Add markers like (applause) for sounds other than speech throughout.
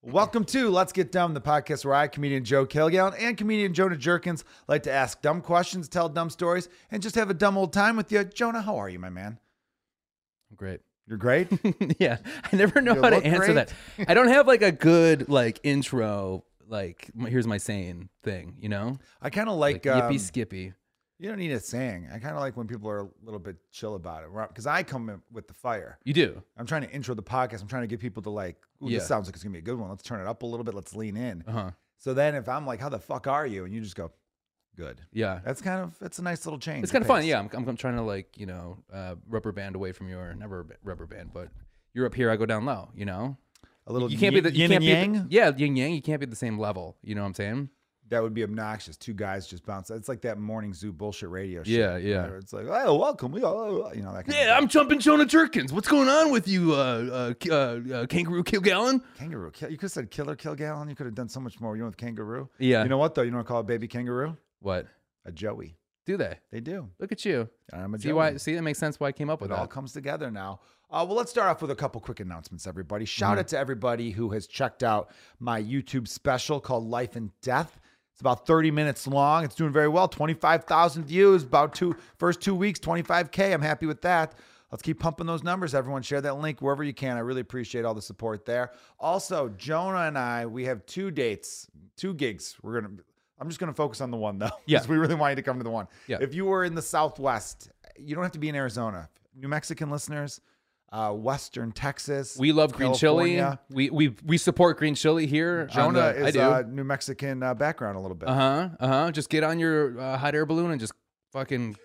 Welcome to Let's Get Dumb, the podcast where I, comedian Joe Kilgallen, and comedian Jonah Jerkins like to ask dumb questions, tell dumb stories, and just have a dumb old time with you. Jonah, how are you, my man? Great. You're great. (laughs) yeah. I never know You how to look answer great. that. I don't have like a good like intro, like m- here's my saying thing, you know? I kind of like, yippee um, skippy. you don't need a saying. I kind of like when people are a little bit chill about it because I come in with the fire. You do. I'm trying to intro the podcast. I'm trying to get people to like, ooh, Yeah. this sounds like it's gonna be a good one. Let's turn it up a little bit. Let's lean in. Uh huh. So then, if I'm like, "How the fuck are you?" and you just go, "Good," Yeah. that's kind of that's a nice little change. It's kind of of fun. pace. Yeah. I'm, I'm, I'm trying to like, you know, uh, rubber band away from your, not rubber, rubber band, but you're up here, I go down low, you know? A little. You can't be the you yin and can't yang. Be the- yeah, yin yang. You can't be at the same level. You know what I'm saying? that would be obnoxious. Two guys just bounce. It's like that morning zoo bullshit radio. Shit, Yeah, yeah. where It's like, oh, welcome. We all, you know, that kind Yeah, of I'm jumping Jonah Jerkins. What's going on with you, uh, uh, uh, uh Kangaroo Kilgallen? kangaroo. Kill, you could have said killer kill gallon. You could have done so much more. You know, with kangaroo. Yeah. You know what though? You know what I call a baby kangaroo? What? A joey. Do they? They do. Look at you. I'm a See joey. why? See, that makes sense. Why I came up with It all that. comes together now. Uh, well, let's start off with a couple quick announcements, everybody. Shout Mm-hmm. out to everybody who has checked out my YouTube special called Life and Death. It's about 30 minutes long. It's doing very well. 25,000 views, about two first two weeks, 25K. I'm happy with that. Let's keep pumping those numbers. Everyone share that link wherever you can. I really appreciate all the support there. Also, Jonah and I, we have two dates, two gigs. We're gonna I'm just gonna focus on the one though. (laughs) 'cause Yeah. We really wanted to come to the one. Yeah. If you were in the Southwest, you don't have to be in Arizona. New Mexican listeners, uh, Western Texas. We love green chili. California. We we we support green chili here. on Jonah the- I is do. uh, New Mexican uh, background a little bit. Uh huh. Uh huh. Just get on your uh, hot air balloon and just fucking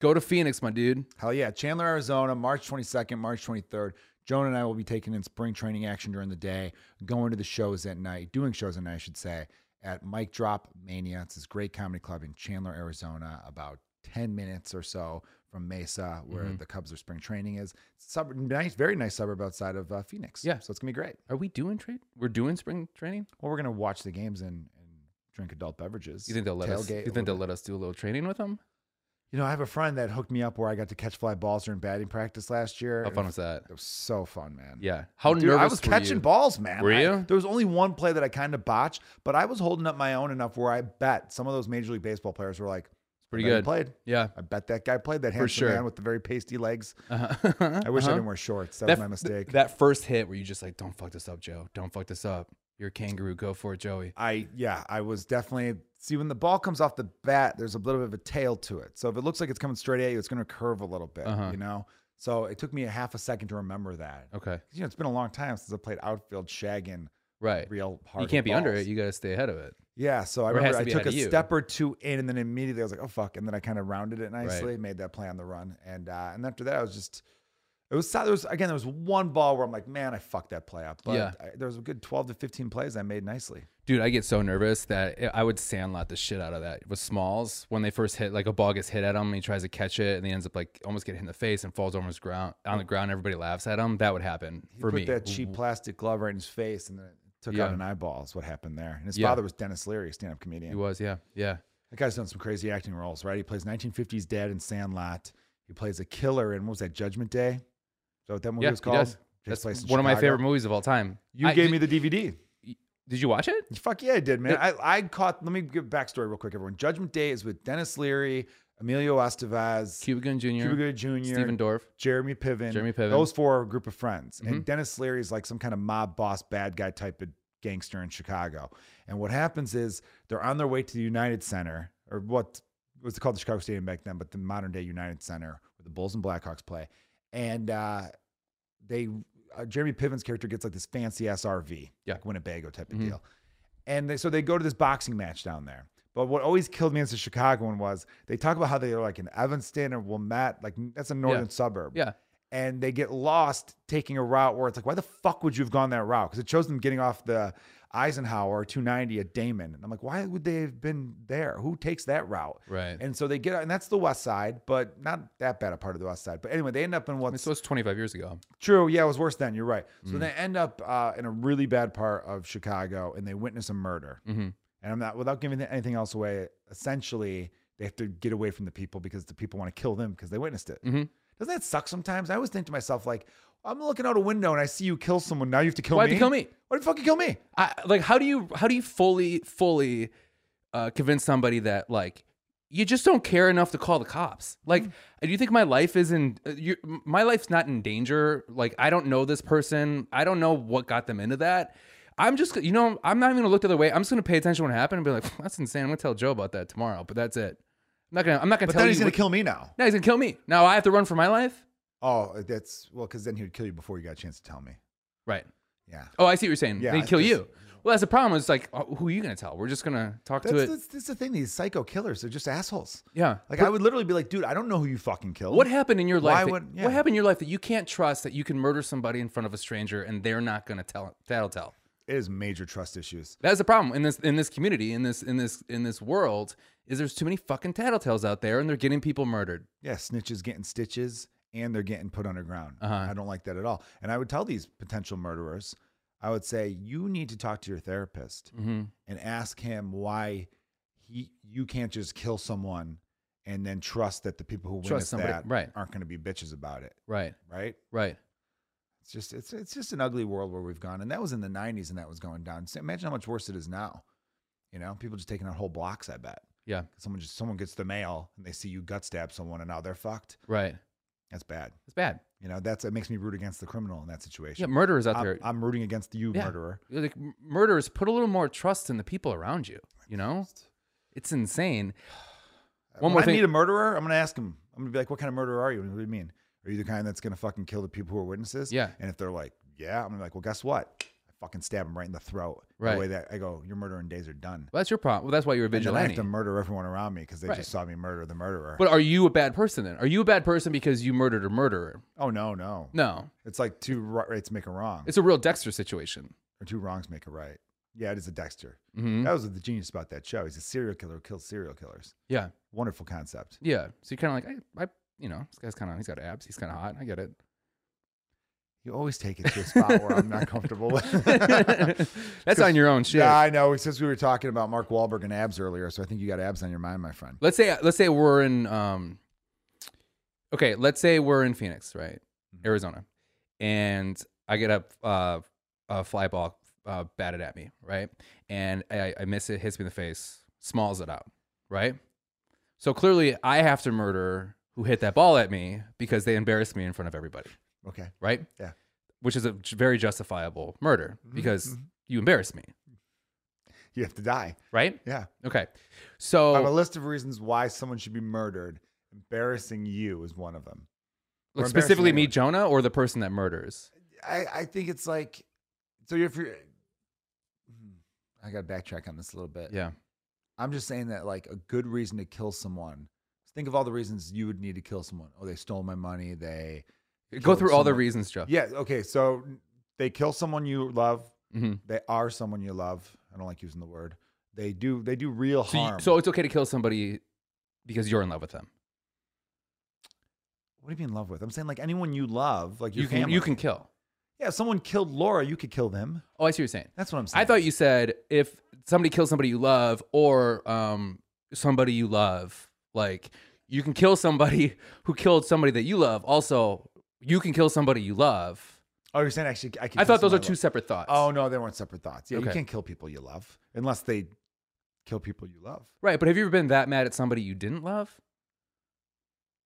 go to Phoenix, my dude. Hell yeah. Chandler, Arizona, March 22nd, March 23rd. Jonah and I will be taking in spring training action during the day, going to the shows at night, doing shows at night, I should say, at Mike Drop Mania. It's this great comedy club in Chandler, Arizona, about 10 minutes or so from Mesa, where Mm-hmm. the Cubs are spring training is. Sub- nice, very nice suburb outside of uh, Phoenix. Yeah. So it's going to be great. Are we doing trade? We're doing spring training. Well, we're going to watch the games and, and drink adult beverages. You think they'll let us? tailgate a You think little they'll let us do a little training with them? You know, I have a friend that hooked me up where I got to catch fly balls during batting practice last year. How It fun was- was that? It was so fun, man. Yeah. How Dude, nervous I was were catching you? balls, man. Were I- you? there was only one play that I kind of botched, but I was holding up my own enough where I bet some of those Major League Baseball players were like, Pretty "I bet he good. Played. Yeah. I bet that guy played that handsome sure. man with the very pasty legs. Uh-huh. (laughs) I wish I Uh-huh. didn't wear shorts. That, That- was my mistake. That first hit where you just like, don't fuck this up, Joe. Don't fuck this up. You're a kangaroo. Go for it, Joey. I yeah, I was definitely see when the ball comes off the bat, there's a little bit of a tail to it. So if it looks like it's coming straight at you, it's gonna curve a little bit, Uh-huh. you know? So it took me a half a second to remember that. Okay. You know, it's been a long time since I played outfield shagging Right. real hard. You can't be under it. You got to stay ahead of it. yeah. So I Or it has remember to I be took ahead a of you. step or two in and then immediately I was like, oh fuck. And then I kind of rounded it nicely, made that play on the run. And uh and after that I was just it was there was again there was one ball where I'm like, man, I fucked that play up. But Yeah. I, there was a good twelve to fifteen plays I made nicely. Dude, I get so nervous that I- I would sandlot the shit out of that with Smalls when they first hit. Like a ball gets hit at him, and he tries to catch it, and he ends up like almost getting hit in the face and falls over his ground on the ground. Everybody laughs at him. That would happen He for put me. that cheap plastic glove right in his face and then it took out Yeah. an eyeball is what happened there. And his Yeah. father was Dennis Leary, stand up He comedian. was, yeah, yeah. That guy's done some crazy acting roles, right? He plays 1950s dad in Sandlot. He plays a killer in what was that, Judgment Day? Is that what that movie Yeah, was he called? does. Takes That's one place in of my Chicago. favorite movies of all time. You I- gave did, me the DVD. Did you watch it? Fuck yeah, I did, man. It- I, I caught, let me give backstory real quick, everyone. Judgment Day is with Dennis Leary, Emilio Estevez, Cuba Gooding Jr. Cuba Gooding Jr., Stephen Dorff. Jeremy Piven. Jeremy Piven. Mm-hmm. Those four are a group of friends. And Dennis Leary is like some kind of mob boss, bad guy type of gangster in Chicago. And what happens is they're on their way to the United Center, or what was called the Chicago Stadium back then, but the modern day United Center where the Bulls and Blackhawks play. And uh, they, uh, Jeremy Piven's character gets like this fancy ass RV, Yeah. Mm-hmm. like Winnebago type of deal. And they, so they go to this boxing match down there. But what always killed me as a Chicagoan was they talk about how they are like in Evanston or Wilmette, like that's a northern suburb. Yeah. And they get lost taking a route where it's like, why the fuck would you have gone that route? Because it shows them getting off the Eisenhower 290 at Damon. And I'm like, why would they have been there? Who takes that route? Right. And so they get, and that's the west side, but not that bad a part of the west side. But anyway, they end up in what's So it's 25 years ago. True. Yeah, it was worse then. You're right. Mm. So they end up uh, in a really bad part of Chicago, and they witness a murder. Mhm. And I'm not without giving anything else away. Essentially, they have to get away from the people because the people want to kill them because they witnessed it. Mhm. Doesn't that suck sometimes? I always think to myself like, I'm looking out a window and I see you kill someone. Now you have to kill Why'd me. you kill me? Why'd you fucking kill me? I, like how do you how do you fully fully uh, convince somebody that like you just don't care enough to call the cops Mm-hmm. like uh, do you think my life is in uh, you, my life's not in danger like i don't know this person i don't know what got them into that i'm just you know i'm not even gonna look the other way i'm just gonna pay attention to what happened and be like that's insane i'm gonna tell joe about that tomorrow but that's it i'm not gonna i'm not gonna But tell then you he's gonna what- kill me now. no he's gonna kill me now i have to run for my life Oh, that's well, because then he would kill you before you got a chance to tell me. right Yeah. oh i see what you're saying Yeah, they it's kill just- you well that's the problem it's like oh, who are you gonna tell we're just gonna talk That's, to it that's, that's the thing. These psycho killers, they're just assholes. yeah Like I would literally be like, dude, I don't know who you fucking killed. What happened in your Why life? that- would- yeah. What happened in your life that you can't trust that you can murder somebody in front of a stranger and they're not going to tell that'll tell. It is major trust issues. That's the problem in this in this community in this in this in this world is there's too many fucking tattletales out there and they're getting people murdered. Yeah, snitches getting stitches and they're getting put underground. Uh-huh. I don't like that at all. And I would tell these potential murderers, I would say, you need to talk to your therapist Mhm. and ask him why he you can't just kill someone and then trust that the people who witness Trust somebody, that right. aren't going to be bitches about it, Right, right? right. It's just it's it's just an ugly world where we've gone, and that was in the '90s, and that was going down. So imagine how much worse it is now. You know, people just taking out whole blocks. I bet Yeah, someone just someone gets the mail and they see you gut stab someone, and now they're fucked. right. That's bad. It's bad. You know, that's it makes me root against the criminal in that Yeah, situation. murderers out I'm, there. I'm rooting against you, Yeah. murderer. like m- murderers put a little more trust in the people around you, you know? (sighs) It's insane. One When more I thing- meet a murderer, I'm gonna ask him. I'm gonna be like, "What kind of murderer are you? What do you mean? Are you the kind that's gonna fucking kill the people who are witnesses?" Yeah. And if they're like, "Yeah," I'm gonna be like, "Well, guess what? I fucking stab him right in the throat." Right. The way that I go, your murdering days are done. Well, that's your problem. Well, that's why you're a And then I have vigilante. to murder everyone around me because they Right. just saw me murder the murderer. But are you a bad person then? Are you a bad person because you murdered a murderer? oh no, no, No. It's like two ri- rights make a wrong, It's a real Dexter situation. or two wrongs make a right. Yeah, it is a Dexter. hmm That was the genius about that show. He's a serial killer who kills serial killers. Yeah. Wonderful concept. Yeah. So you're kind of like, I, I, you know, this guy's kind of, he's got abs. He's kind of hot. I get it. You always take it to a spot where I'm not comfortable with. (laughs) That's on your own shit. Yeah, I know. Since we were talking about Mark Wahlberg and abs earlier, so I think you got abs on your mind, my friend. Let's say, let's say we're in, um, okay, let's say we're in Phoenix, right? Mhm. Arizona. And I get a, uh, a fly ball uh, batted at me, right? And I, I miss it, hits me in the face, smalls it out, right? So clearly I have to murder who hit that ball at me because they embarrassed me in front of everybody. Okay. right? Yeah. Which is a j- very justifiable murder Mhm, because mhm. you embarrassed me, You have to die. right? Yeah. Okay. I have a So list of reasons why someone should be murdered. Embarrassing you is one of them. like, embarrassing specifically me, anyone. Jonah, or the person that murders? I, I think it's like, so if you're, Hmm. I got to backtrack on this a little bit. Yeah. I'm just saying that like a good reason to kill someone. Think of all the reasons you would need to kill someone. Oh, they stole my money. They Go killed through all the someone. reasons, Joe. Yeah. Okay. So they kill someone you love. hmm They are someone you love. I don't like using the word. They do. They do real So, you- harm. so it's okay to kill somebody because you're in love with them. what do you mean in love with? I'm saying like anyone you love, like your You can family. you can kill. Yeah. If someone killed Laura, you could kill them. Oh, I see what you're saying. That's what I'm saying. I thought you said if somebody kills somebody you love or um somebody you love, like you can kill somebody (laughs) who killed somebody that you love. Also, you can kill somebody you love. Oh, you're saying actually. I, could kill I thought those are someone I two separate thoughts. love. Oh no, they weren't separate thoughts. Yeah. You Okay. can't kill people you love unless they kill people you love. Right, but have you ever been that mad at somebody you didn't love?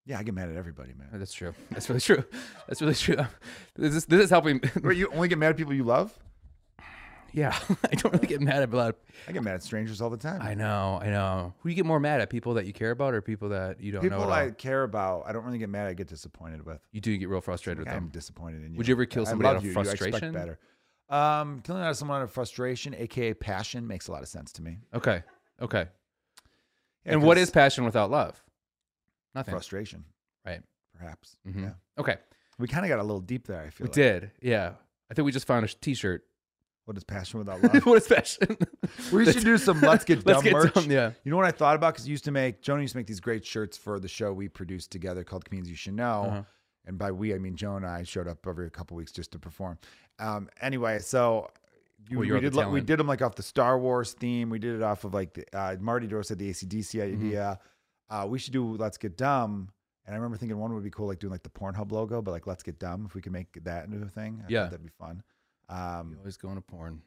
Yeah, I get mad at everybody, man. Oh, (laughs) that's true. That's really true. That's really true. (laughs) This is, this is helping. Wait, you only get mad at people you love? (laughs) yeah, (laughs) I don't really get mad at a lot. of- I get mad at strangers all the time. I know, I know. Who do you get more mad at? People that you care about or people that you don't know people at all? I care about, I don't really get mad. I get disappointed with. you do get real frustrated Like, with I'm them. disappointed in you. Would you ever kill I somebody out love of you. You expect frustration? better. Um, killing out of someone out of frustration, aka passion, makes a lot of sense to me. Okay, okay. Yeah, and what 'cause is passion without love? Nothing. frustration? Right. Perhaps. Mhm. Yeah. Okay, We kind of got a little deep there. I feel. we like. did. Yeah, I think we just found a (laughs) T-shirt. What is passion (laughs) without love? what is passion? we should do some (laughs) let's get dumb Let's get merch. dumb, yeah. You know what I thought about? Because used to make Jonah used to make these great shirts for the show we produced together called Comedians You Should Know. Uh-huh. And by we, I mean Joe and I showed up every couple weeks just to perform. Um, anyway, so you, Well, you're we at the did like, tail we end. did them like off the Star Wars theme. We did it Mm-hmm. off of like the, uh, Marty Dorr said the ACDC idea. Uh, we should do Let's Get Dumb And I remember thinking one would be cool, like doing like the Pornhub logo, but like let's get dumb if we can make that into a thing. I Yeah. think that'd be fun. Um, You always going to porn.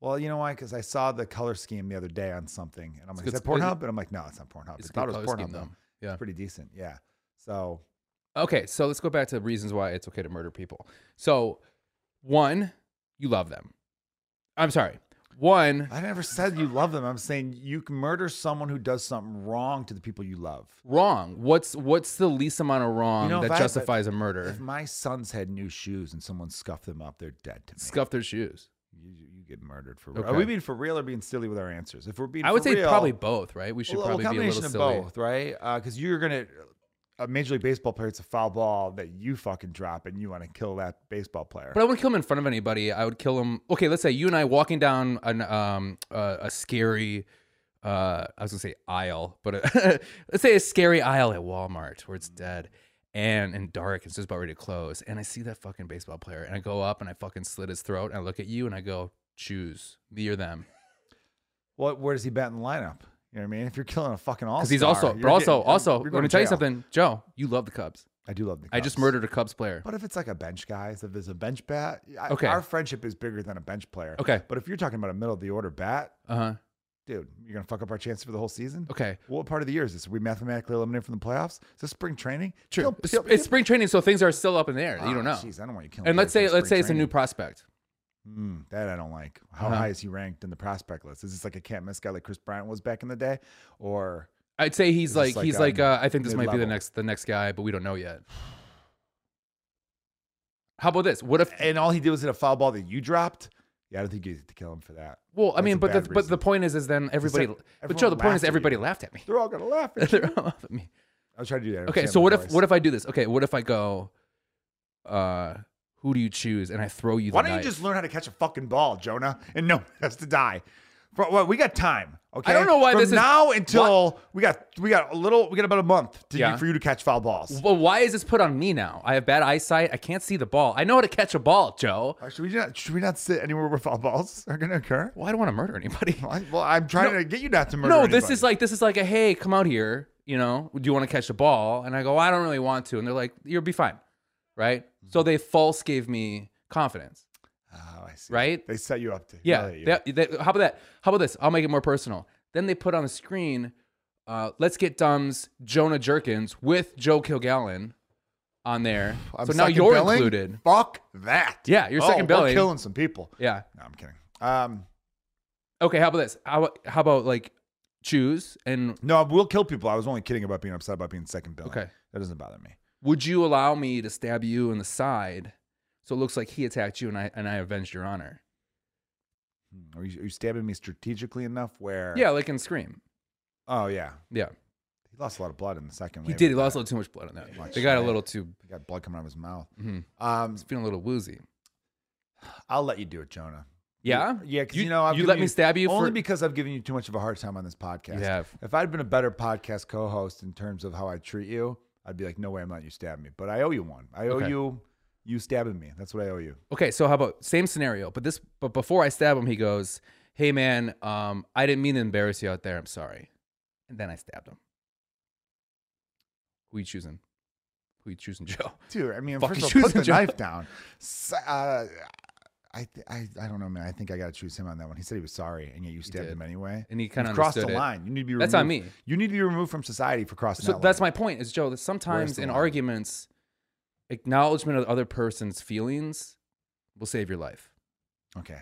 well, you know why? Because I saw the color scheme the other day on something, and I'm like, is good- that Pornhub? And I'm like, no, it's not Pornhub. It's It's a thought good it Uh, was color Pornhub scheme, though. though. Yeah. It's pretty decent. Yeah. So Okay, so let's go back to reasons why it's okay to murder people. So, one, you love them. I'm sorry. One, I never said you love them. I'm saying you can murder someone who does something wrong to the people you love. wrong. What's what's the least amount of wrong know, if that I- justifies a murder? If my sons had new shoes and someone scuffed them up, they're dead to me. Scuff their shoes. you, you get murdered for real. Are Okay. we being for real or being silly with our answers? If we're being, I would for say real, probably both, right? We should well, probably be a combination little of silly. both, right? Because you're gonna a major league baseball player. It's a foul ball that you fucking drop, and you want to kill that baseball player. But I wouldn't kill him in front of anybody. I would kill him. Okay, let's say you and I walking down an um uh, a scary uh I was gonna say aisle, but a, (laughs) let's say a scary aisle at Walmart where it's dead and and dark. It's just about ready to close, and I see that fucking baseball player, and I go up and I fucking slit his throat, and I look at you and I go, choose me or them, what? Where does he bat in the lineup? You know what I mean? If you're killing a fucking all, because he's also, but also, also, let me tell you something, Joe. You love the Cubs. I do love the. I just Cubs. murdered a Cubs player. But if it's like a bench guy, so if there's a bench bat, I, Okay. our friendship is bigger than a bench player. Okay. But if you're talking about a middle of the order bat, Uh huh. dude, you're gonna fuck up our chances for the whole season. Okay. What part of the year is this? Are we mathematically eliminated from the playoffs? Is this spring training? True. Kill- it's, kill- it's spring training, so things are still up in the air. Ah, you don't know. Jeez, I don't want you killing. And let's say players for let's say spring it's a new training. prospect. Mm, that I don't like. How Uh-huh. high is he ranked in the prospect list? Is this like a can't miss guy like Chris Bryant was back in the day, or I'd say he's Is this like, like, he's like um, uh, I think this might be the mid-level? next the next guy, but we don't (sighs) know yet. How about this? What if? and all he did was hit a foul ball that you dropped? Yeah, I don't think you get to kill him for that. Well, I that's mean, a but the, bad but the reason. point is, is then everybody. but Joe, everyone the point laughed is at you. everybody laughed at me. (laughs) They're all gonna laugh. At you. They're all laugh at me. I was trying to do that. Okay, so what if what if I do this? Okay, what if I go? uh Who do you choose? And I throw you. The Why don't knife. you just learn how to catch a fucking ball, Jonah? And no, (laughs) has to die. Bro, well, we got time. Okay. don't know why From this is- now until we got we got a little we got about a month to Yeah. for you to catch foul balls. Well, why is this put on me now? I have bad eyesight. I can't see the ball. I know how to catch a ball, Joe. Uh, Should we not should we not sit anywhere where foul balls (laughs) are gonna occur? Well, I don't want to murder anybody. Well, I- well, I'm trying to get you not to murder. No, this anybody. is like this is like a hey, come out here. You know, do you want to catch the ball? And I go, I don't really want to. And they're like, you'll be fine, right? So Mm-hmm. they false gave me confidence, Oh, I see. right? They set you up to Yeah. humiliate you. That- that- how about that? How about this? I'll make it more personal. Then they put on the screen, uh, let's get Dumb's Jonah Jerkins with Joe Kilgallen on there. (sighs) I'm so now second you're billing? included. Fuck that. Yeah, you're oh, second we're billing. killing some people. Yeah. No, I'm kidding. Um, Okay. How about this? How how about like choose and no, we'll kill people. I was only kidding about being upset about being second billing. okay. that doesn't bother me. would you allow me to stab you in the side so it looks like he attacked you and I and I avenged your honor? Hmm, Are you, are you stabbing me strategically enough? Where? Yeah, like in Scream. Oh yeah. Yeah. He lost a lot of blood in the second. He wave did. He of lost that. a little too much blood on that. Much, They got a right? little too He got blood coming out of his mouth. mhm, Um, it's feeling a little woozy. I'll let you do it, Jonah. Yeah? Yeah, because You- you, know I've you given let me stab you only for- because I've given you too much of a hard time on this podcast. You have. If I'd been a better podcast co-host in terms of how I treat you, I'd be like, no way, I'm letting you stab me. But I owe you one. I owe Okay. you you stabbing me. That's what I owe you. Okay, so how about same scenario, but this but before I stab him, he goes, Hey man, um, I didn't mean to embarrass you out there, I'm sorry. And then I stabbed him. Who you choosing? Who you choosing, (laughs) Joe? Dude, I mean, Fucking first of all, choose put the him, Joe. knife down. S- Uh, I, th- I, I don't know, man. I think I got to choose him on that one. He said he was sorry, and yet you stabbed did. him anyway. And he kinda You've crossed the understood it. line. You need to be. That's removed. on me. You need to be removed from society for crossing. So that that's line. my point is Joe that sometimes the in line? arguments acknowledgement of the other person's feelings will save your life. Okay.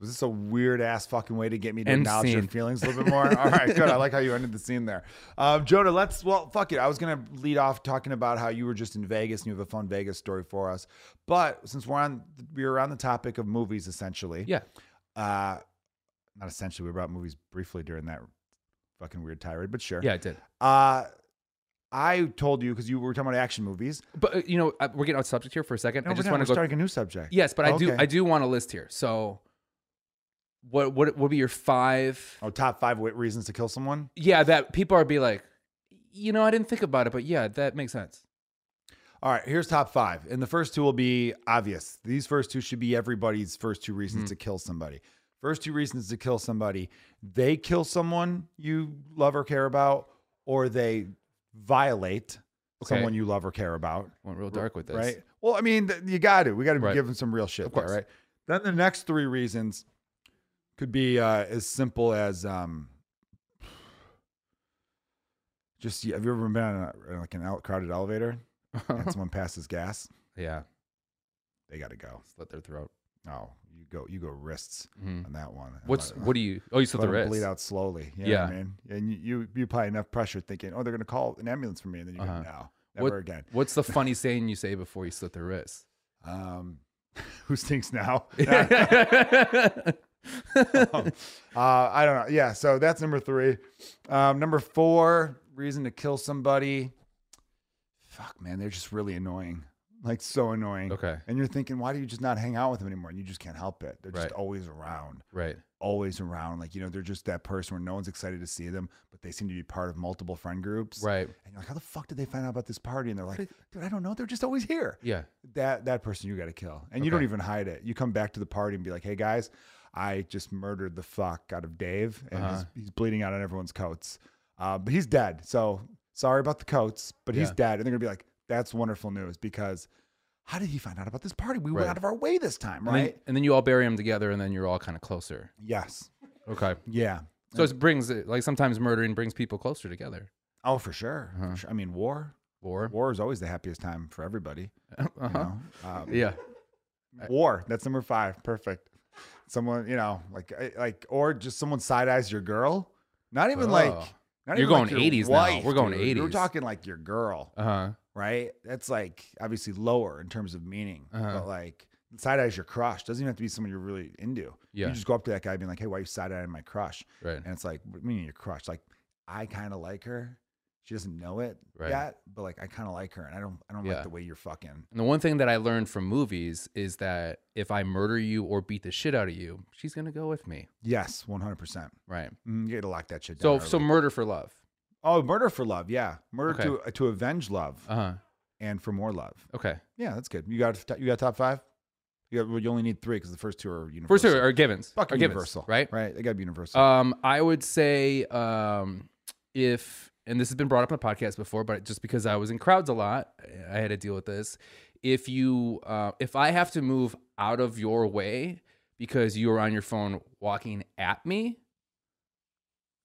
Was this a weird ass fucking way to get me to End acknowledge your scene. feelings a little bit more? All right, good. I like how you ended the scene there. Um, Jonah, let's, well, fuck it. I was going to lead off talking about how you were just in Vegas and you have a fun Vegas story for us. But since we're on, we're on the topic of movies essentially. Yeah. Uh, not essentially, we were about movies briefly during that fucking weird tirade, but sure. Yeah, it did. Uh, I told you because you were talking about action movies. But uh, you know, I- we're getting off subject here for a second. No, I we're just not. want We're to go. starting a new subject. Yes, but I do. Okay. I do want a list here. So, what what would be your five? Oh, top five wa- reasons to kill someone. Yeah, that people are be like, you know, I didn't think about it, but yeah, that makes sense. All right, here's top five. And the first two will be obvious. These first two should be everybody's first two Hmm. reasons to kill somebody. First two reasons to kill somebody they kill someone you love or care about, or they violate Okay. someone you love or care about. Went real dark with this. Right. Well, I mean, th- you got to. We got to Right. give them some real shit. Of there, course. right. Then the next three reasons could be uh, as simple as um, just have you ever been on a, like an out crowded elevator Uh-huh. and someone passes gas? (laughs) yeah. They got to go. Slit their throat. Oh, you go. You go wrists Mhm. on that one. What's Let- what do you? Oh, you (laughs) slit let the 'em wrist. bleed out slowly. You know what I mean, and you, you you apply enough pressure thinking, oh, they're gonna call an ambulance for me, and then you go, Uh-huh. no, never What- again. What's the funny saying you say before you slit the wrist? Um, (laughs) who stinks (laughs) now? uh, okay. I don't know. Yeah, so that's number three. Um, number four, reason to kill somebody. Fuck, man, they're just really annoying. Like so annoying. And you're thinking, why do you just not hang out with them anymore? And you just can't help it. They're just Right. always around, Right. always around. Like you know, they're just that person where no one's excited to see them, but they seem to be part of multiple friend groups. Right. And you're like, how the fuck did they find out about this party? And they're like, dude, I don't know. They're just always here Yeah. that that person you got to kill, and you don't Okay. even hide it. You come back to the party and be like, "Hey guys, I just murdered the fuck out of Dave, and Uh-huh. he's, he's bleeding out on everyone's coats. Uh, but he's dead. So sorry about the coats, but he's Yeah. dead." And they're gonna be like, "That's wonderful news because how did he find out about this party? We went Right. out of our way this time, And then- right?" And then, you all bury them together, and then you're all kind of closer. yes. Okay. Yeah. So it brings it like sometimes murdering brings people closer together. Oh, for sure. For Uh-huh. sure. I mean, war. Or War is always the happiest time for everybody. (laughs) uh-huh. You (laughs) know? Um, yeah. War. That's number five. Perfect. Someone, you know, like like, or just someone side eyes your girl. Not even like Oh. not You're even going your 80s now. We're going dude. We're 80s. talking like your girl, Uh huh. right? That's like obviously lower in terms of meaning, Uh-huh. but like side eyes your crush doesn't even have to be someone you're really into. Yeah. You just go up to that guy being like, "Hey, why are you side eyeing my crush?" Right. And it's like, "What do you mean your crush? Like, I kind of like her. She doesn't know it Right. yet, but like I kind of like her, and I don't I don't Yeah. like the way you're fucking." And the one thing that I learned from movies is that if I murder you or beat the shit out of you, she's gonna go with me. Yes, one hundred percent. Mm, Right. You got to lock that shit So down. so early. murder for love. Oh, murder for love. Yeah, murder Okay. to to avenge love Uh huh. and for more love. Okay. Yeah, that's good. You got you got top five. You got, well, you only need three because the first two are universal. First two are Givens. Are fucking Givens, universal, Right. Right. They got to be universal. Um, I would say um, if, and this has been brought up on the podcast before, but just because I was in crowds a lot, I had to deal with this. If you, uh, if I have to move out of your way because you are on your phone walking at me,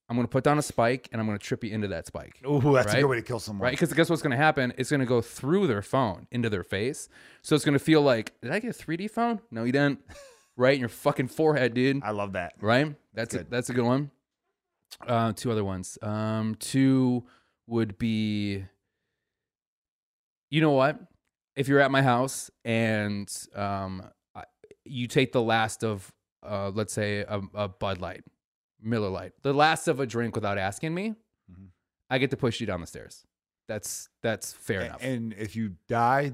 I'm gonna put down a spike and I'm gonna trip you into that spike. Ooh, that's a right? good way to kill someone. Right? Because guess what's going to happen? It's going to go through their phone into their face. So it's going to feel like, did I get a 3D phone? No, you didn't. (laughs) right? In your fucking forehead, dude. I love that. Right? That's a, good. that's a good one. Uh, two other ones. Um, two would be, you know what? If you're at my house and um, I- you take the last of, uh, let's say, a, a Bud Light, Miller Light, the last of a drink without asking me, Mhm. I get to push you down the stairs. That's that's fair A- enough. And, if you die,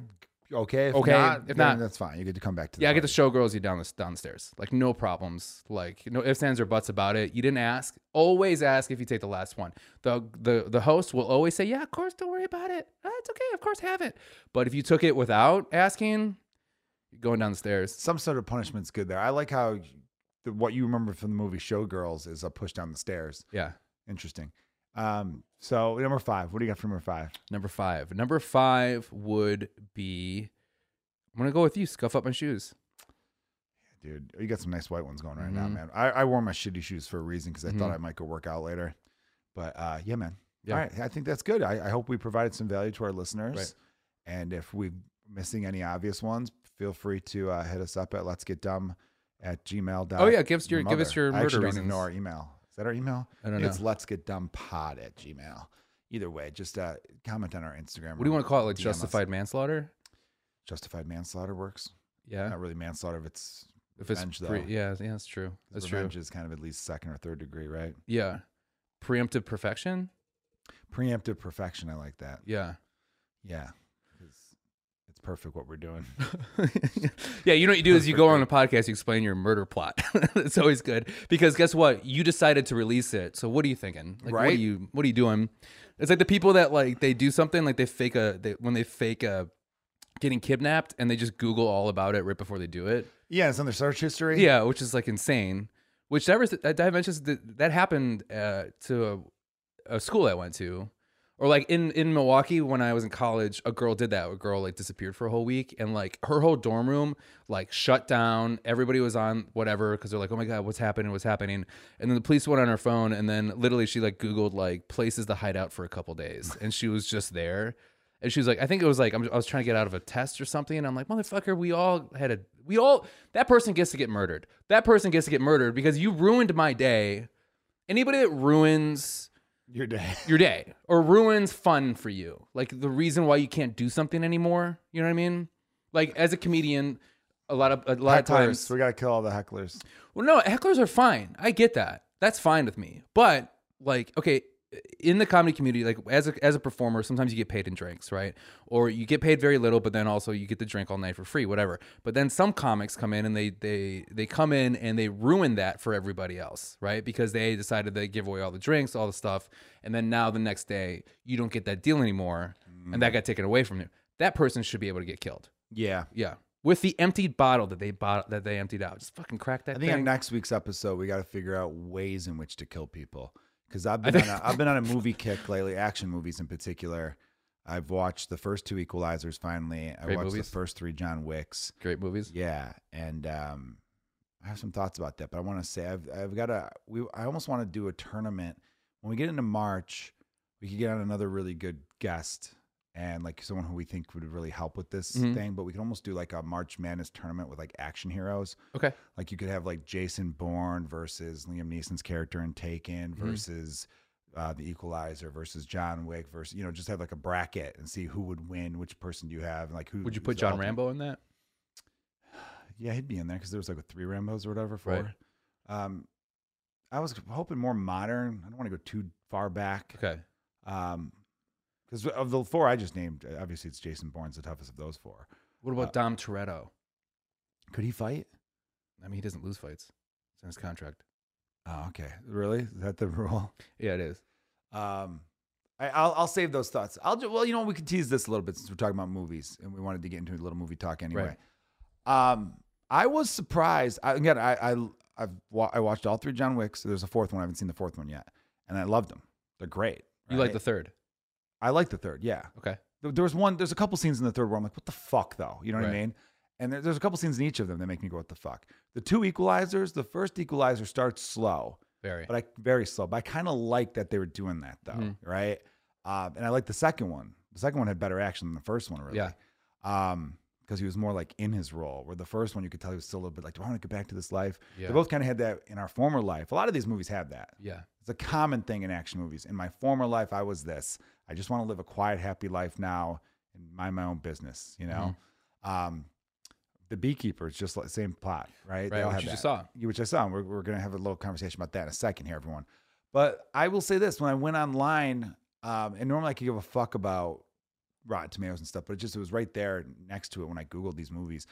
okay. If Okay, Not, if then not- that's fine. You get to come back to. yeah, I get to party. showgirls you down the downstairs. Like no problems. Like no ifs, ands, or buts about it. You didn't ask. Always ask if you take the last one. The the the host will always say, Yeah, of course, don't worry about it. Ah, it's okay, of course have it. But if you took it without asking, you're going down the stairs. some sort of punishment's good there. I like how the, what you remember from the movie Showgirls is a push down the stairs. Yeah. Interesting. Um. So number five. What do you got for number five? Number five. Number five would be I'm gonna go with you, scuff up my shoes. Dude, you got some nice white ones going right now, Mhm. man. I, I wore my shitty shoes for a reason because I thought Mhm. I might go work out later. But uh, yeah, man. Yeah. All right. I think that's good. I, I hope we provided some value to our listeners. Right. And if we're missing any obvious ones, feel free to uh, hit us up at let's get dumb at gmail. Oh yeah, give us your give us your I murder actually reasons. don't even know our email. Is that our email? I don't know. It's let's get dumb pod at gmail. Either way, just uh, comment on our Instagram. What do you want to call it? Like DM us. justified manslaughter? Justified manslaughter works. Yeah. Not really manslaughter if it's If it's revenge, pre- though. yeah, yeah, that's true. That's That's true. revenge is kind of at least second or third degree, right? Yeah. Preemptive perfection? Preemptive perfection. I like that. Yeah. Yeah. 'Cause It's perfect what we're doing. (laughs) yeah, you know what you do is you go on a podcast, you explain your murder plot. (laughs) it's always good because guess what? You decided to release it. So what are you thinking? Like what are Right. you what are you doing? It's like the people that like they do something like they fake a they, when they fake a getting kidnapped and they just google all about it right before they do it. Yeah, it's on their search history. Yeah, which is like insane. Which that was that that mentions that, that happened uh, to a, a school I went to, Or like in in Milwaukee when I was in college, a girl did that. A girl like disappeared for a whole week, and like her whole dorm room like shut down. Everybody was on whatever because they're like, oh my god, what's happening? What's happening? And then the police went on her phone, and then literally she like Googled like places to hide out for a couple days, and she was just there. And she was like, I think it was like I'm, I was trying to get out of a test or something, and I'm like, motherfucker, we all had a we all that person gets to get murdered. That person gets to get murdered because you ruined my day. Anybody that ruins You're dead. your day or ruins fun for you. Like the reason why you can't do something anymore. You know what I mean? Like as a comedian, a lot of a lot of times. Hecklers. We gotta kill all the hecklers. Well, no, hecklers are fine. I get that. That's fine with me. But like, okay, in the comedy community, like as a as a performer, sometimes you get paid in drinks, right? Or you get paid very little, but then also you get to drink all night for free, whatever. But then some comics come in and they they they come in and they ruin that for everybody else, right? Because they decided they give away all the drinks, all the stuff, and then now the next day you don't get that deal anymore, and Mm-hmm. that got taken away from you. That person should be able to get killed. Mm, Yeah. Yeah. With the emptied bottle that they bought, that they emptied out, just fucking crack that I think thing. on next week's episode, we got to figure out ways in which to kill people. Because I've been on a, I've been on a movie kick lately, action movies in particular. I've watched the first two Equalizers. Finally, I Great watched movies. the first three John Wicks. Great movies. Yeah, and um, I have some thoughts about that, but I want to say I've I've got a we I almost want to do a tournament when we get into March. We could get on another really good guest and like someone who we think would really help with this Mhm. thing. But we could almost do like a March Madness tournament with like action heroes. Okay. Like you could have like Jason Bourne versus Liam Neeson's character in Taken Mm-hmm. versus uh, the Equalizer versus John Wick versus you know just have like a bracket and see who would win, which person do you have, and like who Would you who's put the John ultimate- Rambo in that? yeah, he'd be in there because there was like three Rambo's or whatever. Four. Right. Um, I was hoping more modern. I don't want to go too far back. Okay. Um, because of the four I just named, uh, obviously it's Jason Bourne's the toughest of those four. What about Dom Toretto? Could he fight? I mean, he doesn't lose fights. It's in his contract. Oh, okay. Really? Is that the rule? Yeah, it is. Um, I, I'll I'll save those thoughts. I'll ju- well, you know, we could tease this a little bit since we're talking about movies and we wanted to get into a little movie talk anyway. Um, I was surprised. I, again, I I I've wa- I watched all three John Wicks. There's a fourth one. I haven't seen the fourth one yet, and I loved them. They're great. You like right? the third? I like the third. Yeah. Okay. There, there was one. There's a couple scenes in the third where I'm like, what the fuck though? You know what I Right. mean? And there, there's a couple scenes in each of them that make me go, what the fuck? The two equalizers. The first equalizer starts slow Very. but I very slow. But I kind of like that they were doing that though, Mhm. right? Um, and I like the second one. The second one had better action than the first one, really. Yeah. Um, because he was more like in his role, where the first one you could tell he was still a little bit like, do I want to get back to this life? Yeah. They both kind of had that in our former life. A lot of these movies have that. yeah. It's a common thing in action movies. In my former life, I was this. I just want to live a quiet, happy life now and mind my own business. You know, Mm-hmm. um, the beekeeper is just like same plot, right? They Right, all which have you just that. saw. You- Which I saw. And we're we're gonna have a little conversation about that in a second here, everyone. But I will say this: when I went online, um, and normally I could give a fuck about Rotten Tomatoes and stuff, but it just it was right there next to it when I googled these movies.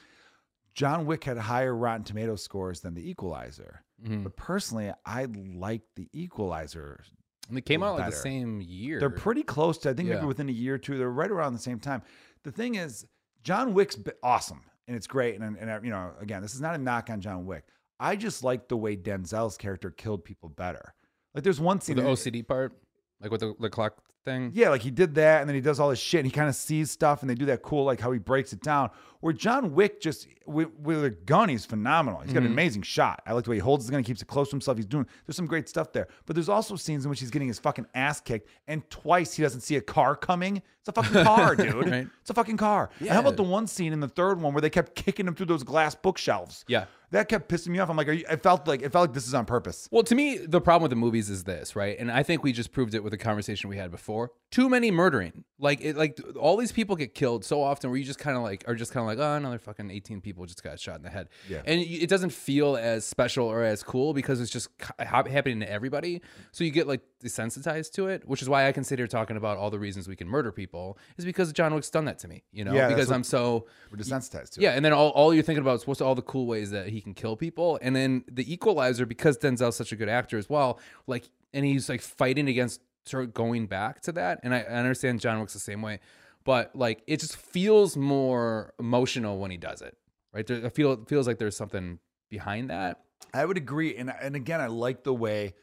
John Wick had higher Rotten Tomato scores than The Equalizer. Mhm. But personally, I like the Equalizer. And they came out like the better. same year. They're pretty close to. I think Yeah. maybe within a year or two, they're right around the same time. The thing is, John Wick's b- awesome and it's great. And and uh, you know, again, this is not a knock on John Wick. I just like the way Denzel's character killed people better. Like there's one For scene the in- OCD part, like with the, the clock thing. yeah, like he did that, and then he does all this shit, and he kind of sees stuff, and they do that cool, like how he breaks it down. Where John Wick just with, with a gun, he's phenomenal. He's got Mm-hmm. an amazing shot. I like the way he holds the gun, he keeps it close to himself. He's doing there's some great stuff there, but there's also scenes in which he's getting his fucking ass kicked, and twice he doesn't see a car coming. It's a fucking (laughs) car, dude. Right. It's a fucking car. And how about Yeah. the one scene in the third one where they kept kicking him through those glass bookshelves? Yeah. that kept pissing me off. I'm like, are you, I felt like it felt like this is on purpose. Well, to me, the problem with the movies is this, right? And I think we just proved it with the conversation we had before. Too many murdering, like it, like all these people get killed so often, where you just kind of like are just kind of like, oh, another fucking eighteen people just got shot in the head, Yeah. And you- it doesn't feel as special or as cool because it's just ca- hap- happening to everybody. So you get like desensitized to it, which is why I consider talking about all the reasons we can murder people is because John Wick's done that to me, you know, Yeah, that's because what- I'm so We're desensitized to it. yeah, and then all, all you're thinking about is what's all the cool ways that he can kill people, and then the Equalizer because Denzel's such a good actor as well, like, and he's like fighting against sort of going back to that, and I, I understand John Wick's the same way, but like it just feels more emotional when he does it, right? There, I feel it feels like there's something behind that. I would agree, and and again, I like the way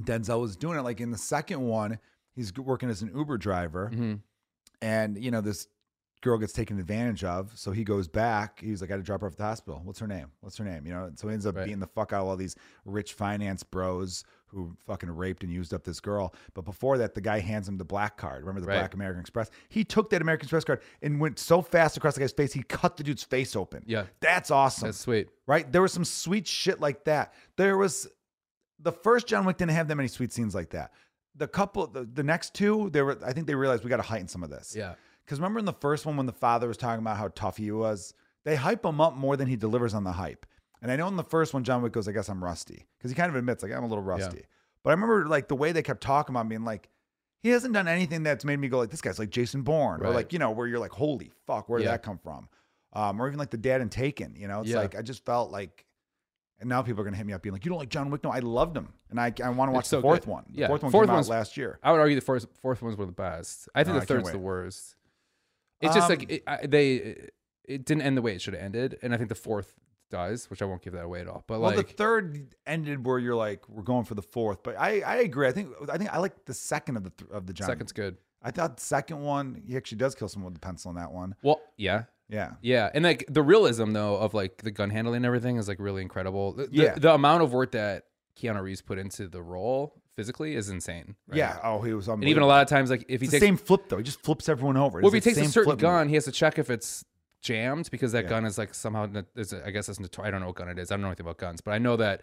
Denzel was doing it. Like in the second one, He's g- working as an Uber driver, hmm and you know this girl gets taken advantage of. So he goes back. He's like, "I got to drop her off at the hospital. What's her name? What's her name?" You know. So he ends up Right. beating the fuck out of all these rich finance bros who fucking raped and used up this girl. But before that, the guy hands him the black card. Remember the Right. black American Express? He took that American Express card and went so fast across the guy's face, he cut the dude's face open. Yeah. That's awesome That's sweet. right? There was some sweet shit like that. There was the first John Wick didn't have that many sweet scenes like that. The couple, the, the next two, they were. I think they realized we got to heighten some of this. Yeah. Because remember in the first one when the father was talking about how tough he was, they hype him up more than he delivers on the hype. And I know in the first one, John Wick goes, "I guess I'm rusty," because he kind of admits, like, "I'm a little rusty." But I remember like the way they kept talking about me and like. He hasn't done anything that's made me go like this guy's like Jason Bourne or Right. like you know where you're like holy fuck where did Yeah. that come from, um, or even like the dad in Taken you know it's Yeah. like I just felt like, and now people are gonna hit me up being like you don't like John Wick no I loved him and I I want to watch so the fourth good. one the Yeah. fourth one Fourth came out one's- last year I would argue the first, fourth one's one of the best. I think No, I the can't third's the wait. worst. It's just Um, like it, I, they, it didn't end the way it should have ended, and I think the fourth does, which I won't give that away at all. But well, like, the third ended where you're like, we're going for the fourth, but I, I agree. I think I think I like the second of the th- of the John. second's good. I thought the second one he actually does kill someone with a pencil in that one. Well, yeah, Yeah, yeah, and like the realism though of like the gun handling and everything is like really incredible. The, the- Yeah. the, amount of work that Keanu Reeves put into the role physically is insane. right? yeah. Oh, he was and even a lot of times, like if he It's the takes same flip though. He just flips everyone over. well, if he It's the takes a same certain flip move. gun, he has to check if it's jammed because that Yeah. gun is like somehow. no- Is a, I guess that's notor- I don't know what gun it is. I don't know anything about guns, but I know that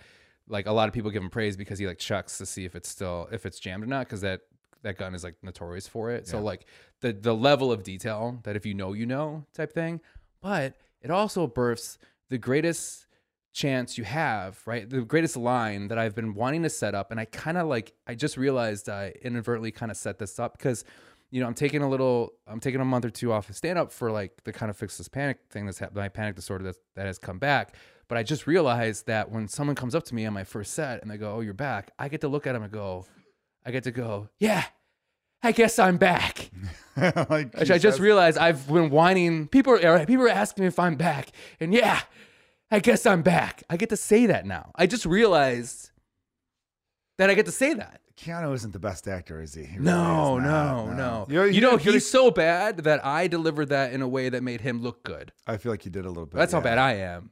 like a lot of people give him praise because he like checks to see if it's still if it's jammed or not because that that gun is like notorious for it. So Yeah. like the the level of detail that if you know you know type thing, but it also births the greatest chance you have, right? The greatest line that I've been wanting to set up. And I kind of like, I just realized I inadvertently kind of set this up because, you know, I'm taking a little, I'm taking a month or two off of stand up for like the kind of fix this panic thing that's happened, my panic disorder that, that has come back. But I just realized that when someone comes up to me on my first set and they go, Oh, you're back, I get to look at them and go, I get to go, Yeah, I guess I'm back. (laughs) like, Which he I just says- realized I've been whining. People are people are asking me if I'm back, and yeah, I guess I'm back. I get to say that now. I just realized that I get to say that. Keanu isn't the best actor, is he? He really No, is not, no, no. You're- you know you're good he's so bad that I delivered that in a way that made him look at- good. I feel like you did a little bit. That's how yeah. bad I am.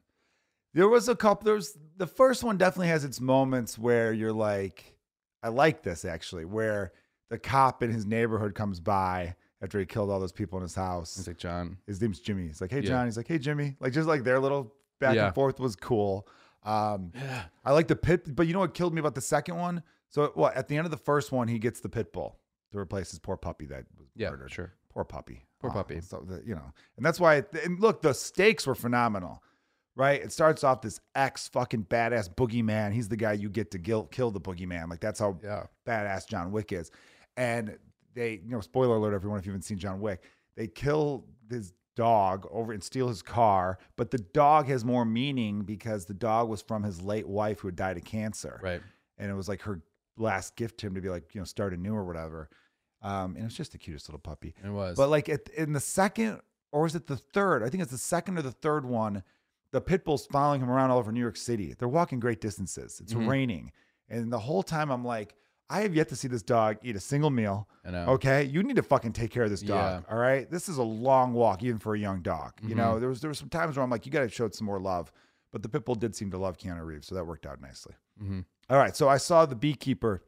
There was a couple. There's the first one definitely has its moments where you're like, I like this actually, where the cop in his neighborhood comes by after he killed all those people in his house. He's like John. His name's Jimmy. He's like, Hey Yeah. John. He's like, Hey Jimmy. Like just like their little back Yeah. and forth was cool. Um, Yeah. I like the pit, but you know what killed me about the second one? So well, at the end of the first one, he gets the pit bull to replace his poor puppy that was Yeah. murdered Sure. poor puppy Poor Ah, puppy. so the, you know and that's why and look the stakes were phenomenal right it starts off this ex fucking badass boogeyman he's the guy you get to gil- kill the boogeyman like that's how Yeah. badass john wick is and they you know spoiler alert everyone if you haven't seen john wick they kill his dog over and steal his car but the dog has more meaning because the dog was from his late wife who had died of cancer Right. and it was like her last gift to him to be like you know start anew or whatever um and it was just the cutest little puppy It was. but like at, in the second, or is it the third? I think it's the second or the third one. The pit bull's following him around all over New York City. They're walking great distances. It's Mhm. raining, and the whole time I'm like, I have yet to see this dog eat a single meal. I know. Okay, you need to fucking take care of this dog. All right, this is a long walk, even for a young dog. You know, there was there were some times where I'm like, you got to show it some more love. But the pit bull did seem to love Keanu Reeves, so that worked out nicely. Mhm. All right, so I saw the Beekeeper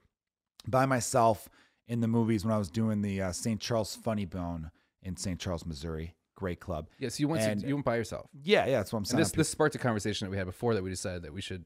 by myself in the movies when I was doing the uh, St. Charles Funny Bone in St. Charles, Missouri. Great club. Yeah. So you went and- to, you went by yourself. Yeah, yeah, that's what I'm And saying. this this sparked a conversation that we had before that we decided that we should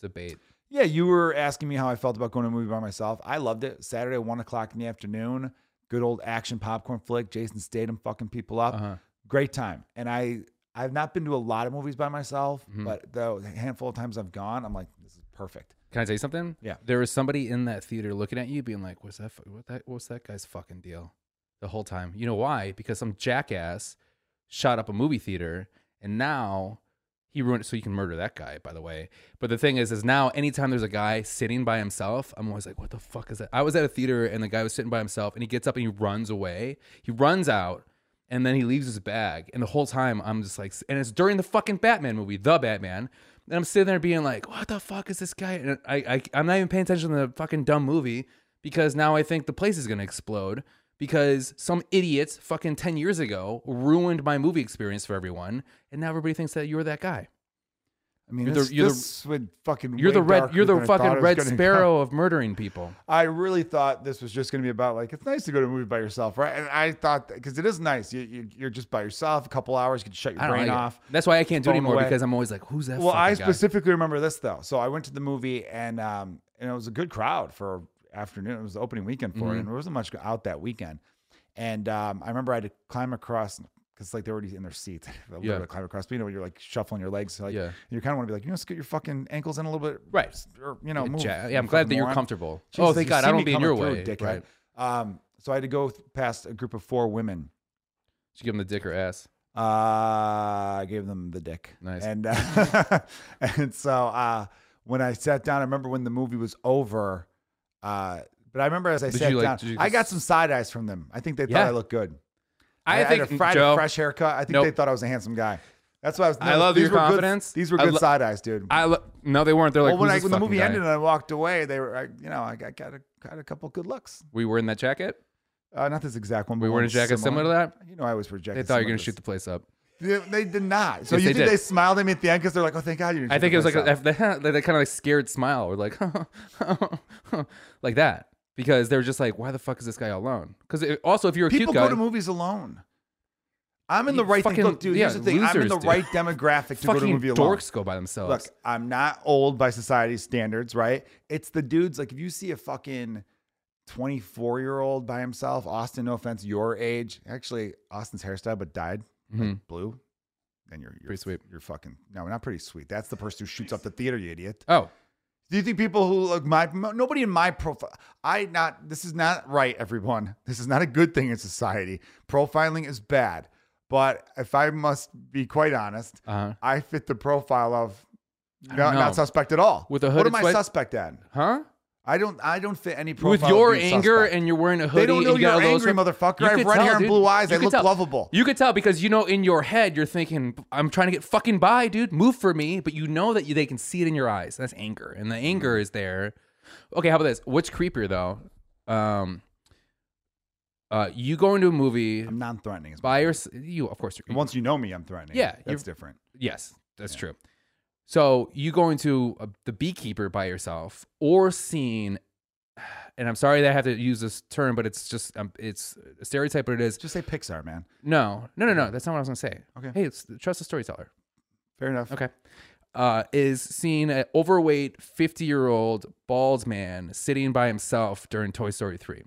debate. Yeah, you were asking me how I felt about going to a movie by myself. I loved it. Saturday, one o'clock in the afternoon, good old action popcorn flick. Jason Statham fucking people up. Uh huh. Great time. And I, I've not been to a lot of movies by myself, Mhm. but the handful of times I've gone, I'm like, this is perfect. Can I tell you something? Yeah. There was somebody in that theater looking at you, being like, "What's that? fu- What that? What's that guy's fucking deal?" The whole time. You know why? Because some jackass shot up a movie theater, and now he ruined it. So you can murder that guy, by the way. But the thing is, is now anytime there's a guy sitting by himself, I'm always like, "What the fuck is that?" I was at a theater, and the guy was sitting by himself, and he gets up and he runs away. He runs out. And then he leaves his bag, and the whole time I'm just like, and it's during the fucking Batman movie, the Batman, and I'm sitting there being like, what the fuck is this guy? And I, I I'm not even paying attention to the fucking dumb movie because now I think the place is going to explode because some idiots fucking 10 years ago ruined my movie experience for everyone and now everybody thinks that you're that guy. I mean, You're the- this, you're the- this would fucking You're way the red darker you're the than I thought it fucking was red gonna go. sparrow of murdering people. I really thought this was just going to be about like it's nice to go to a movie by yourself, right? And I thought because it is nice, you, you you're just by yourself, a couple hours, you can shut your I don't brain like it. off. That's why I can't do it Phone anymore away. because I'm always like who's that Well, fucking I guy? specifically remember this though. So I went to the movie and um and it was a good crowd for afternoon. It was the opening weekend for Mm-hmm. it, and there wasn't much out that weekend. And um, I remember I had to climb across because like they're already in their seats. (laughs) a little Yeah. bit of climb across, but you know, when you're like shuffling your legs, like Yeah. you kind of want to be like, you know, scoot your fucking ankles in a little bit, Right. Or you know, move. Ja- you Uh, yeah, I'm glad fucking that you're moron. comfortable. oh, Jesus, thank you God, see I don't me be in your coming way. through, dickhead. Right. Um, so I had to go th- past a group of four women. Should give him the dick or ass. Uh, I gave them the dick. Nice. And (laughs) uh, and so uh, when I sat down, I remember when the movie was over. Uh, but I remember as I Did sat you, like, down, did you I got just- some side eyes from them. I think they thought Yeah. I looked good. I, had think a Friday Joe, fresh haircut. I think Nope. they thought I was a handsome guy. That's why I was. I love these your were good- confidence. these were I good lo- side eyes, dude. I lo- no, they weren't. They're like, well, when, who's I, this when the fucking movie guy? ended and I walked away, they were, I, you know, I, I got a, got a couple good looks. we were in that jacket. Uh, not this exact one. We but were one in a jacket similar to that. You know, I was rejected. They thought you were gonna shoot the place up. They, they did not. So Yes, you they think did. they smiled at me at the end because they're like, "Oh, thank God you." Didn't I shoot think the it was like place a, up." that kind of like a scared smile. We're like, (laughs) like that because they were just like, why the fuck is this guy alone? Because also, if you're a people cute guy, go to movies alone. I'm in You the right fucking- thing. Look, dude. here's yeah, the thing. I'm in losers, the dude. right demographic to go to a fucking movie alone. dorks go by themselves. Look, I'm not old by society's standards, right? It's the dudes. Like, if you see a fucking 24 year old by himself, Austin. No offense, your age. Actually, Austin's hairstyle, but dyed Mhm. blue. And you're, you're Pretty sweet. You're fucking no, not pretty sweet. That's the person who shoots up the theater, you idiot. Oh, Do you think people who look my nobody in my profile? I not this is not right, everyone. This is not a good thing in society. Profiling is bad, but if I must be quite honest, uh, I fit the profile of I not, don't not know. suspect at all. With a what hooded am I sweat- suspect at? huh? I don't. I don't fit any profile. With of your being anger suspect. and you're wearing a they hoodie, don't know and you you're got all those angry, motherfucker. I have red hair and blue eyes. I You could look tell. lovable. You could tell because you know in your head you're thinking, "I'm trying to get fucking by, dude. Move for me," but you know that you, they can see it in your eyes. That's anger, and the Mm-hmm. anger is there. Okay, how about this? What's creepier though? Um, uh, you go into a movie I'm non-threatening. as well. by yourself. You, of course, you're, Once you know me, I'm threatening. Yeah, that's you're- different. Yes, that's true. So you going to uh, the beekeeper by yourself, or seeing, (sighs) and I'm sorry that I have to use this term, but it's just um, it's a stereotype, but it is Just say Pixar, man. no, no, no, no. That's not what I was gonna say. Okay. Hey, it's, trust the storyteller. Fair enough. Okay. Uh, is seeing an overweight 50 year old bald man sitting by himself during Toy Story 3.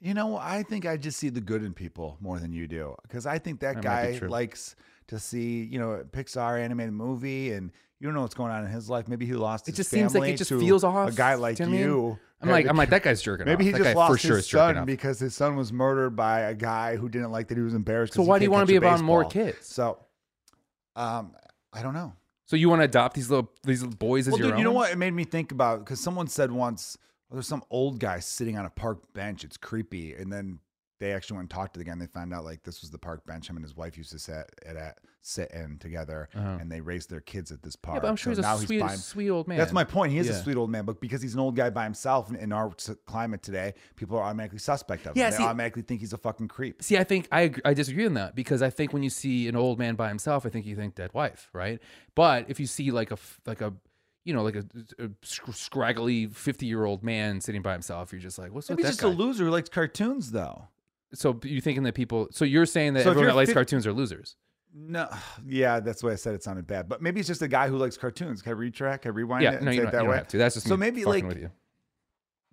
You know, I think I just see the good in people more than you do because I think that, That might be guy true. likes to see, you know, a Pixar animated movie and you don't know what's going on in his life. Maybe he lost It his just seems like it family just to feels A off. guy Do like you know what I mean? you. I'm like, I'm like, that guy's jerking (laughs) maybe off. he that just guy lost for sure his is jerking son off. because his son was murdered by a guy who didn't like that he was embarrassed. So 'cause he why do can't you want catch to be a about more baseball. kids? So, um, I don't know. So you want to adopt these little these little boys as Well, your dude, own? you know what? It made me think about because someone said once, oh, "There's some old guy sitting on a park bench. It's creepy." And then they actually went and talked to the guy, and they found out like this was the park bench him and his wife used to sit at, at sit in together, Uh-huh. and they raised their kids at this park. Yeah, but I'm sure So he's now a sweet, by him- sweet old man. That's my point. He is Yeah. a sweet old man, but because he's an old guy by himself in, in our s- climate today, people are automatically suspect of him. Yeah, they see- automatically think he's a fucking creep. See, I think I ag- I disagree on that because I think when you see an old man by himself, I think you think dead wife, right? But if you see like a f- like a you know like a, a sc- scraggly fifty year old man sitting by himself, you're just like, what's Maybe with he's that just guy? a loser who likes cartoons, though. so you thinking that people? So you're saying that So if everyone you're that likes fif- cartoons are losers? No, (sighs) yeah, that's why I said it sounded bad. But maybe it's just a guy who likes cartoons. Can I retrack? Can I rewind it Yeah, and no, say you it don't, that you don't way? have to. That's just So me maybe, fucking like, with you.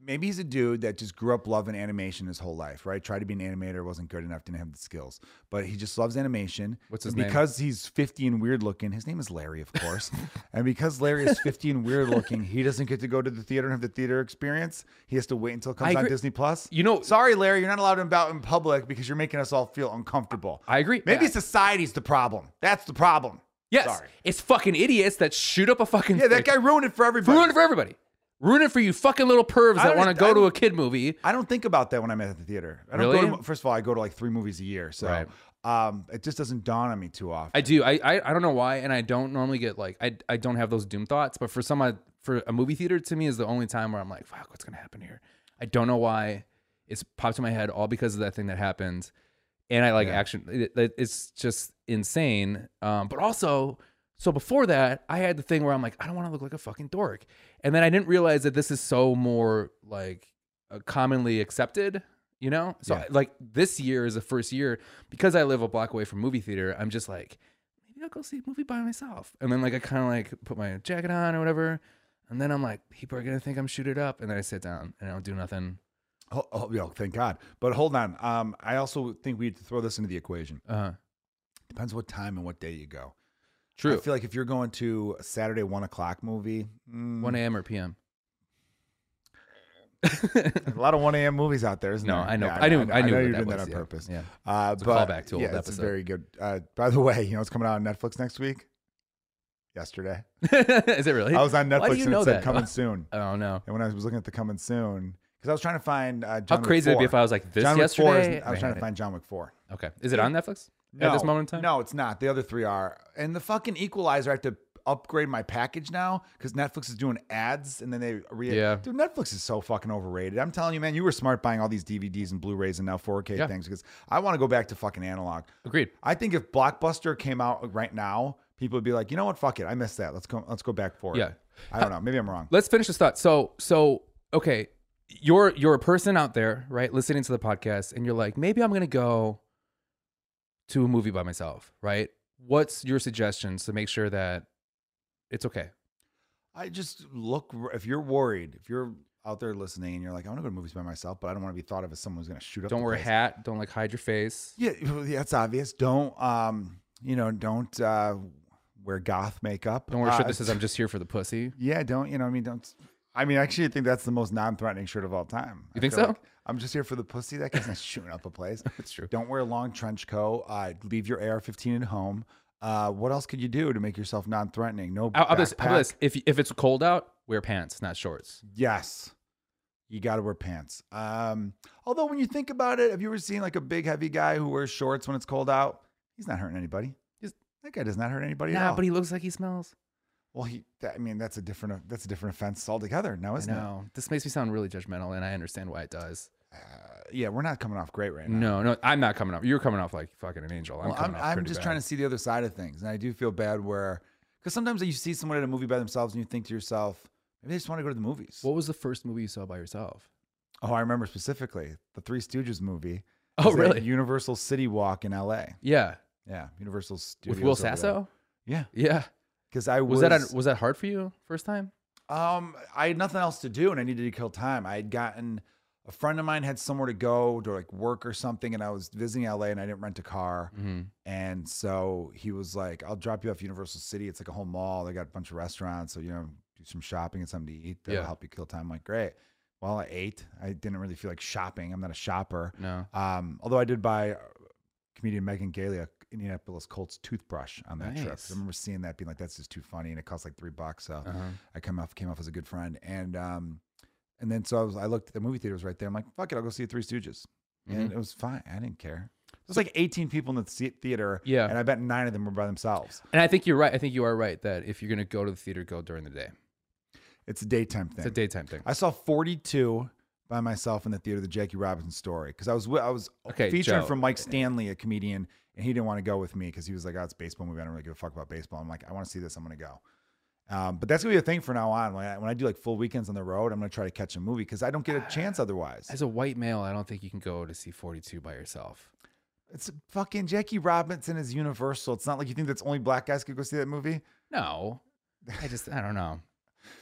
maybe he's a dude that just grew up loving animation his whole life, right? Tried to be an animator, wasn't good enough, didn't have the skills, but he just loves animation. What's his and name? Because he's 50 and weird looking, his name is Larry, of (laughs) course. and because Larry is 50 and weird looking, he doesn't get to go to the theater and have the theater experience. He has to wait until it comes I on agree. Disney Plus. You know- sorry, Larry, you're not allowed to be out in public because you're making us all feel uncomfortable. I agree. Maybe Yeah. society's the problem. That's the problem. Yes, Sorry. it's fucking idiots that shoot up a fucking Yeah, that guy ruined it for everybody. ruin it for everybody. Ruin it for you fucking little pervs I that want to don't- go I to don't- a kid movie. I don't think about that when I'm at the theater. I don't Really? go to, first of all, I go to like three movies a year, so Right. um, it just doesn't dawn on me too often. I do. I, I I don't know why, and I don't normally get like I I don't have those doom thoughts, but for some odd for a movie theater to me is the only time where I'm like, fuck, what's gonna happen here? I don't know why. It's popped in my head all because of that thing that happened, and I like Yeah. action. It, it- it's just insane. Um, but also, so before that, I had the thing where I'm like, I don't want to look like a fucking dork, and then I didn't realize that this is so more like uh, commonly accepted. You know, so Yeah. I- like this year is the first year because I live a block away from movie theater. I'm just like, maybe I'll go see a movie by myself. And then like I kind of like put my jacket on or whatever. And then I'm like, people are gonna think I'm shoot it up. And then I sit down and I don't do nothing. Oh, oh, you know, thank God. But hold on. Um, I also think we need to throw this into the equation. Uh, Depends what time and what day you go. I true. feel like if you're going to a Saturday one o'clock movie, mm, 1 a.m. or p.m. a lot of one a.m. movies out there, isn't (laughs) no, there? I know. Yeah, I knew. I, knew you what did was, that on yeah, purpose. Yeah. Uh, a but callback to old yeah, it's episode. very good. Uh, by the way, you know it's coming out on Netflix next week. Yesterday, (laughs) Is it really? I was on Why do Netflix you and know it said that? (laughs) coming soon. oh no. And when I was looking at the coming soon, because I was trying to find uh, How John crazy Wick would it be 4. if I was like this John Wick 4 is- yesterday? I was Man, trying to find John Wick Four. Okay. Is it on Netflix at this moment in time? No, it's not. The other three are. And the fucking equalizer, I have to upgrade my package now because Netflix is doing ads and then they re Yeah. dude Netflix is so fucking overrated. I'm telling you, man, you were smart buying all these DVDs and Blu-rays and now 4K Yeah. things because I want to go back to fucking analog. Agreed. I think if Blockbuster came out right now, people would be like, you know what, fuck it. I missed that. Let's go let's go back for it. Yeah. I don't know. Maybe I'm wrong. Let's finish this thought. So, so okay, you're you're a person out there, right, listening to the podcast, and you're like, maybe I'm gonna go to a movie by myself, right? What's your suggestions to make sure that it's okay? I just look if you're worried, if you're out there listening and you're like, I want to go to movies by myself, but I don't want to be thought of as someone who's gonna shoot up. Don't the wear a place." hat. Don't like hide your face. Yeah, well, yeah, that's obvious. Don't um, you know, don't uh wear goth makeup. Don't wear a uh, shirt that says "I'm just here for the pussy." (laughs) Yeah, don't you know? I mean, don't. I mean, I actually think that's the most non-threatening shirt of all time. I You think feel so? like (laughs) I'm just here for the pussy. That guy's not shooting up a place. That's true. Don't wear a long trench coat. Uh, leave your AR-15 at home. Uh, what else could you do to make yourself non-threatening? No. How, how about this? How about backpack. this? If if it's cold out, wear pants, not shorts. Yes. You got to wear pants. Um, although when you think about it, have you ever seen like a big heavy guy who wears shorts when it's cold out? He's not hurting anybody. He's- that guy does not hurt anybody. at Nah, all. but he looks like he smells. well, he. That, I mean, that's a different. That's a different offense altogether. Now, I isn't it? know. This makes me sound really judgmental, and I understand why it does. Uh, yeah, we're not coming off great right now. No, no, I'm not coming off. You're coming off like fucking an angel. I'm Well, I'm, coming off I'm, pretty just bad. trying to see the other side of things, and I do feel bad where because sometimes you see someone at a movie by themselves, and you think to yourself, maybe they just want to go to the movies. What was the first movie you saw by yourself? oh, I remember specifically the Three Stooges movie. Oh, It was at really? Universal City Walk in L.A. Yeah, Yeah, Universal Studios with Will over there. Sasso. Yeah, Yeah, because I was, was, that a, was that hard for you first time? um I had nothing else to do and I needed to kill time. I had gotten a friend of mine had somewhere to go to like work or something, and I was visiting LA and I didn't rent a car, Mm-hmm. and so he was like, "I'll drop you off Universal City. It's like a whole mall. They got a bunch of restaurants, so you know, do some shopping and something to eat. That'll Yeah. help you kill time." I'm like, great. Well, I ate. I didn't really feel like shopping. I'm not a shopper. No. Um, although I did buy uh, comedian Megan Gailey a Indianapolis Colts toothbrush on that trip. Nice. I remember seeing that, being like, "That's just too funny," and it cost like three bucks. So Uh-huh. I come off came off as a good friend, and um, and then so I was I looked at the movie theater was right there. I'm like, "Fuck it, I'll go see Three Stooges," Mm-hmm. and it was fine. I didn't care. It was like 18 people in the se- theater, Yeah. and I bet nine of them were by themselves. And I think you're right. I think you are right that if you're gonna go to the theater, go during the day. It's a daytime thing. It's a daytime thing. I saw 42 by myself in the theater, the Jackie Robinson story, because I was wi- I was Okay, featuring Joe. from Mike Stanley, a comedian, and he didn't want to go with me because he was like, "Oh, it's a baseball movie. I don't really give a fuck about baseball." I'm like, "I want to see this. I'm gonna go." Um, but that's gonna be a thing for now on. When I, when I do like full weekends on the road, I'm gonna try to catch a movie because I don't get a chance otherwise. As a white male, I don't think you can go to see 42 by yourself. It's fucking Jackie Robinson is universal. It's not like you think that's only black guys could go see that movie. No, I just I don't know.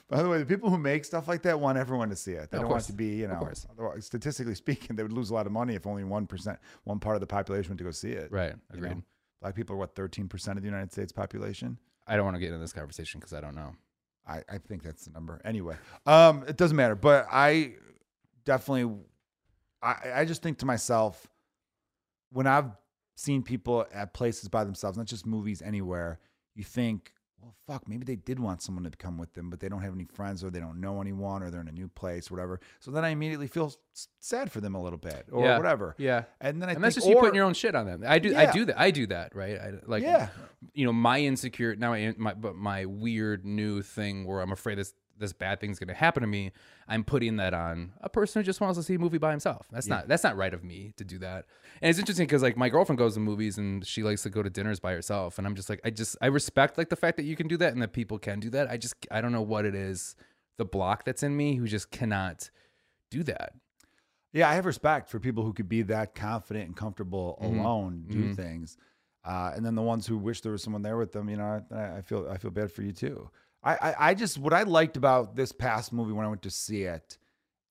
By the way, the people who make stuff like that want everyone to see it. They Of don't want course. it to be, you know, course. otherwise- statistically (laughs) speaking, they would lose a lot of money if only 1%, one part of the population went to go see it. Right? (laughs) you Agreed. know? Black people are what, 13% of the United States population? I don't want to get into this conversation because I don't know. I, I think that's the number. Anyway, um, it doesn't matter. But I definitely, I, I just think to myself, when I've seen people at places by themselves, not just movies, anywhere, you think, well, fuck, maybe they did want someone to come with them, but they don't have any friends or they don't know anyone or they're in a new place, whatever. So then I immediately feel s- sad for them a little bit or Yeah. whatever. Yeah. And then I and think, that's just you or- putting your own shit on them. I do, I Yeah. do that. I do that, right? I, like, Yeah. you know, my insecure now, I, my but my weird new thing where I'm afraid this this bad thing's going to happen to me, I'm putting that on a person who just wants to see a movie by himself. That's not that's not right of me to do that. And it's interesting because like my girlfriend goes to movies and she likes to go to dinners by herself, and I'm just like I just I respect like the fact that you can do that and that people can do that. I just I don't know what it is the block that's in me who just cannot do that. Yeah, I have respect for people who could be that confident and comfortable Mhm. alone, do Mhm. things, uh, and then the ones who wish there was someone there with them. You know, I, I feel I feel bad for you too. I, I I just what I liked about this past movie when I went to see it,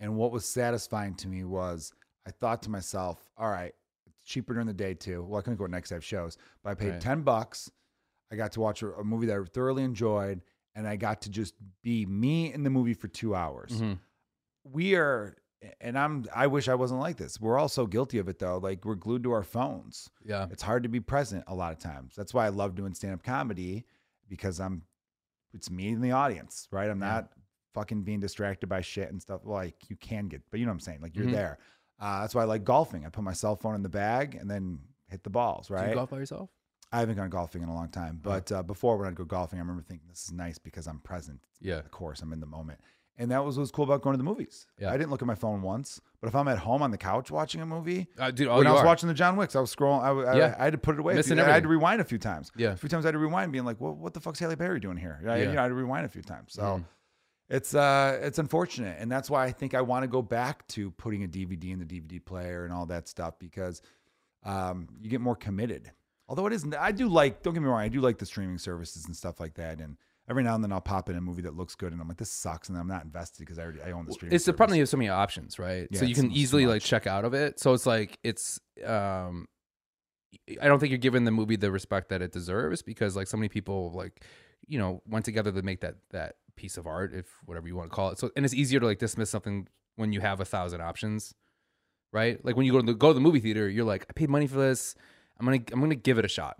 and what was satisfying to me was I thought to myself, all right, it's cheaper during the day too. Well, I couldn't go next. I have shows, but I paid Right. ten bucks. I got to watch a, a movie that I thoroughly enjoyed, and I got to just be me in the movie for two hours Mhm. we are and i'm i wish i wasn't like this we're all so guilty of it though like we're glued to our phones Yeah. it's hard to be present a lot of times that's why i love doing stand-up comedy because i'm it's me and the audience right i'm Yeah. not fucking being distracted by shit and stuff like you can get but you know what i'm saying like you're Mhm. there uh, that's why i like golfing i put my cell phone in the bag and then hit the balls Do right you golf Oh. by yourself? i haven't gone golfing in a long time but uh, before when i'd go golfing i remember thinking this is nice because i'm present Yeah. of course i'm in the moment and that was what was cool about going to the movies Yeah. i didn't look at my phone once but if i'm at home on the couch watching a movie Uh, dude, oh, when you i was are. watching the john wicks i was scrolling i, I, Yeah. I had to put it away a Missing few- i had to everything. rewind a few times Yeah. a few times i had to rewind being like well, what the fuck's haley perry doing here I, Yeah. you know, I had to rewind a few times so Mhm. it's uh it's unfortunate and that's why i think i want to go back to putting a dvd in the dvd player and all that stuff because um you get more committed although it isn't i do like don't get me wrong i do like the streaming services and stuff like that and every now and then i'll pop in a movie that looks good and i'm like this sucks and i'm not invested because i already i own the streaming it's the service. problem you have so many options right Yeah, so you it's can almost too easily like much. check out of it so it's like it's um i don't think you're giving the movie the respect that it deserves because like so many people like you know went together to make that that piece of art if whatever you want to call it so and it's easier to like dismiss something when you have a thousand options right like when you go to the, go to the movie theater you're like i paid money for this i'm gonna i'm gonna give it a shot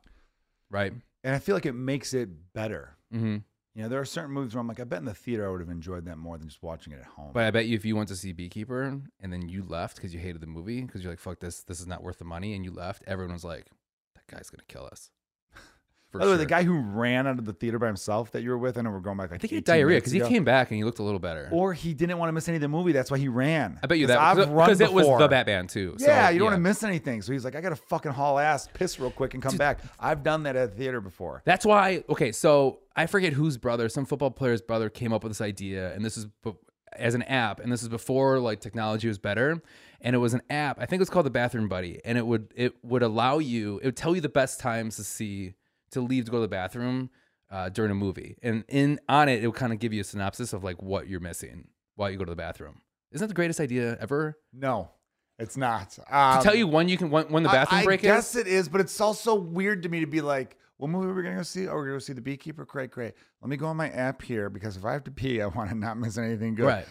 right and i feel like it makes it better mm-hmm. you know there are certain movies where i'm like i bet in the theater i would have enjoyed that more than just watching it at home But I bet you if you went to see Beekeeper and then you left because you hated the movie because you're like, fuck this, this is not worth the money, and you left, everyone was like, that guy's gonna kill us. (laughs) For by Oh, the way the sure. guy who ran out of the theater by himself that you were with i know we're going back like I think he had 18 diarrhea minutes because he ago. came back and he looked a little better. Or he didn't want to miss any of the movie. That's why he ran. I bet you 'Cause that (laughs) I've run because it was before. the Batman too. so, yeah, you don't want to miss anything. So he's like, I gotta fucking haul ass, piss real quick, and come back. I've done that at a theater before. That's why. Okay, so I forget whose brother, some football player's brother, came up with this idea, and this is b- as an app, and this is before like technology was better, and it was an app. I think it was called the Bathroom Buddy, and it would it would allow you, it would tell you the best times to see to leave to go to the bathroom uh, during a movie, and in on it, it would kind of give you a synopsis of like what you're missing while you go to the bathroom. Isn't that the greatest idea ever? No, it's not. Um, to tell you when you can when, when the bathroom I, I break is. guess it is, but it's also weird to me to be like, what movie are we gonna go see? Oh, we're gonna go see The Beekeeper. Great, great. Let me go on my app here because if I have to pee, I want to not miss anything good. Right.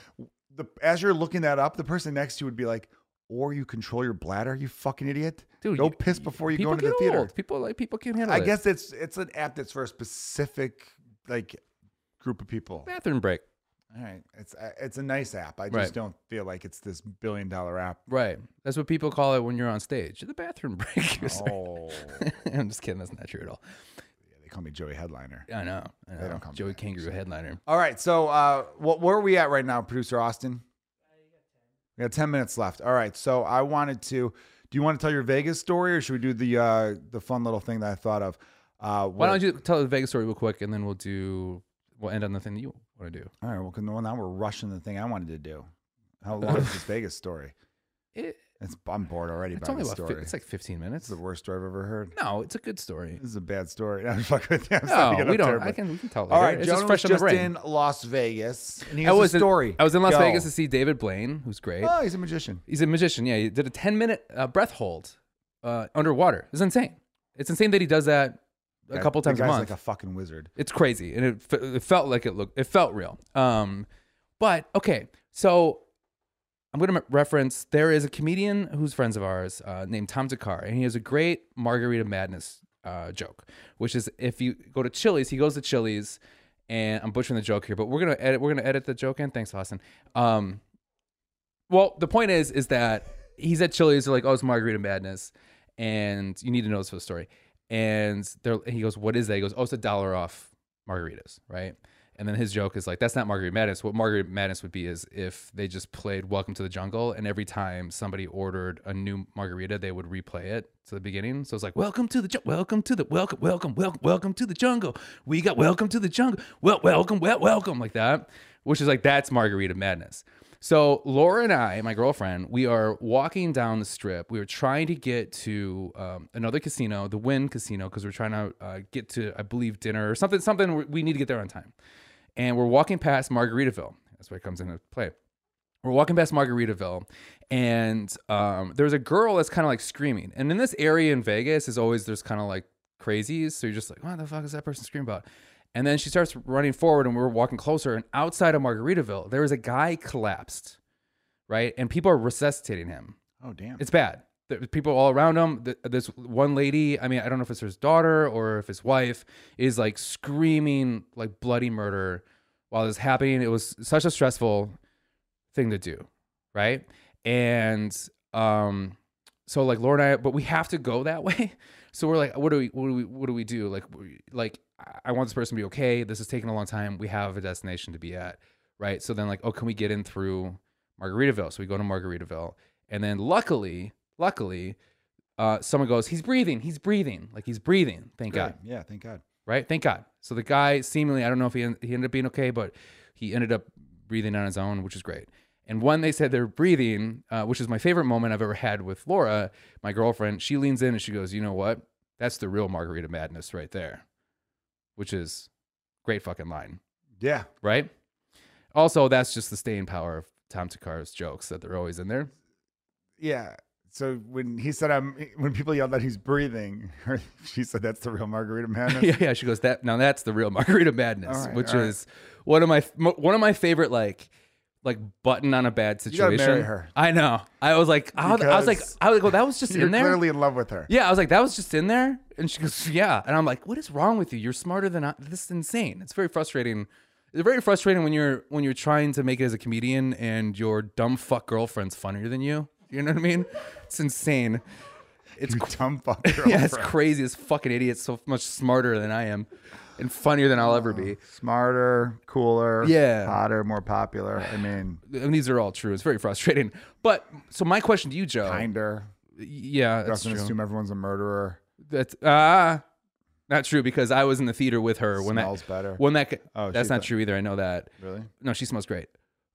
The, as you're looking that up, the person next to you would be like, or you control your bladder, you fucking idiot. Dude, go you- piss before you go People into the get theater. old. People like people can't handle I it. guess it's it's an app that's for a specific like group of people. bathroom break. All right, it's uh, it's a nice app. I just Right. don't feel like it's this billion dollar (laughs) app. Right. That's what people call it when you're on stage. The bathroom (laughs) break. Sorry. (laughs) Oh, I'm just kidding. That's not true at all. yeah, they call me Joey Headliner. I know. I know. don't call me Joey that, Kangaroo headliner. All right, so uh, what where are we at right now, producer Austin? We got ten minutes left. All right, so I wanted to. Do you want to tell your Vegas story, or should we do the uh, the fun little thing that I thought of? Uh, Why don't you tell the Vegas story real quick, and then we'll do. We'll end on the thing that you want to do. All right, well, 'cause now we're rushing the thing I wanted to do. (laughs) How long is this Vegas story? It, It's, I'm bored already it's by only this about. story. Fi- it's like 15 It's minutes. the worst story I've ever heard. No, it's a good (laughs) story. This is a bad story. I'm fucking with you. I'm starting to No, get we up don't. terribly. I can. We can tell. Later. All right, It's Jonah just fresh was on the just in brain. Las Vegas, and he I has was a in- story. I was in Las Go. Vegas to see David Blaine, who's great. Oh, he's a magician. He's a magician. Yeah, he did a 10 minute uh, breath hold uh, underwater. It's insane. It's insane that he does that a That- couple the times a guy's month. Like a fucking wizard. It's crazy, and it, fe- it felt like it looked. It felt real. Um, but okay, so I'm gonna reference. There is a comedian who's friends of ours uh, named Tom Takar, and he has a great margarita madness uh, joke, which is if you go to Chili's, he goes to Chili's, and I'm butchering the joke here, but we're gonna edit. We're gonna edit the joke in. Thanks, Austin. Um, well, the point is, is that he's at Chili's. They're like, "Oh, it's Margarita Madness," and you need to know this for the story. And they're, and he goes, "What is that?" He goes, "Oh, it's a dollar off margaritas, right?" And then his joke is like, that's not Marguerite Madness. What Marguerite Madness would be is if they just played Welcome to the Jungle, and every time somebody ordered a new margarita, they would replay it to the beginning. So it's like, Welcome to the jungle, Welcome to the Welcome, Welcome, Welcome, Welcome to the Jungle. We got Welcome to the Jungle. Well, Welcome, Well, Welcome, like that, which is like that's Margarita Madness. So Laura and I, my girlfriend, we are walking down the strip. We were trying to get to um, another casino, the Wynn Casino, because we're trying to uh, get to, I believe, dinner or something. Something we- we need to get there on time. And we're walking past Margaritaville. That's where it comes into play. We're walking past Margaritaville, and um, there's a girl that's kind of like screaming. And in this area in Vegas, is always there's kind of like crazies. So you're just like, what the fuck is that person screaming about? And then she starts running forward, and we're walking closer. And outside of Margaritaville, there was a guy collapsed, right? And people are resuscitating him. Oh damn. It's bad. The people all around him. th this one lady. I mean, I don't know if it's his daughter or if his wife is like screaming like bloody murder while this happening. It was such a stressful thing to do, right? And um, so like Laura and I, but we have to go that (laughs) way. So we're like, what do we, what do we, what do we do? Like, we- like I- I want this person to be okay. This is taking a long time. We have a destination to be at, right? So then like, oh, can we get in through Margaritaville? So we go to Margaritaville, and then luckily, luckily, uh, someone goes, he's breathing, he's breathing, like he's breathing. Thank Good. God Yeah, thank God. right? Thank God. So the guy seemingly, I don't know if he, en- he ended up being okay, but he ended up breathing on his own, which is great. And when they said they're breathing, uh, which is my favorite moment I've ever had with Laura, my girlfriend, she leans in and she goes, You know what? That's the real margarita madness right there, which is great fucking line, Yeah. right? Also, that's just the staying power of Tom Takar's jokes that they're always in there. Yeah. So when he said I'm when people yelled that he's breathing, (laughs) she said that's the real margarita (laughs) madness. yeah, yeah. She goes that now. That's the real margarita madness, All right, which all right. is one of my mo- one of my favorite like like button on a bad gotta situation. marry her. I know. I was like, I was, I was like, Because I was like, well, (laughs) that was just You're in there. clearly in love with her. yeah, I was like, that was just in there, and she goes, yeah, and I'm like, what is wrong with you? You're smarter than I. This is insane. It's very frustrating. It's very frustrating when you're when you're trying to make it as a comedian and your dumb fuck girlfriend's funnier than you. You know what I mean? It's insane. It's You dumb fuck (laughs) yeah, it's girlfriend. crazy. This fucking idiot's so much smarter than I am and funnier than I'll ever be. Smarter, cooler, Yeah. hotter, more popular. (sighs) I mean, And these are all true. It's very frustrating. But so my question to you, Joe. kinder. Yeah, Oh, that's Doesn't true. assume everyone's a murderer. That's ah, not true because I was in the theater with her when Smells that better. when that ca- Oh, that's she's not a- true either. I know that. Really? No, she smells great.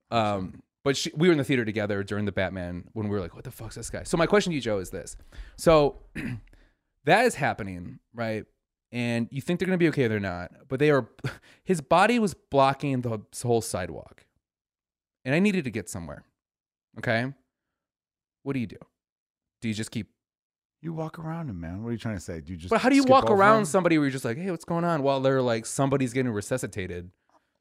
Um, but she, we were in the theater together during the Batman when we were like, "What the fuck's this guy?" So my question to you, Joe, is this: so (clears throat) that is happening, right? And you think they're gonna be okay, they're not. But they are. (laughs) His body was blocking the whole sidewalk, and I needed to get somewhere. Okay, what do you do? Do you just keep? You walk around him, man. What are you trying to say? Do you just? But how do you skip walk over around him? somebody where you're just like, "Hey, what's going on?" While they're like, somebody's getting resuscitated.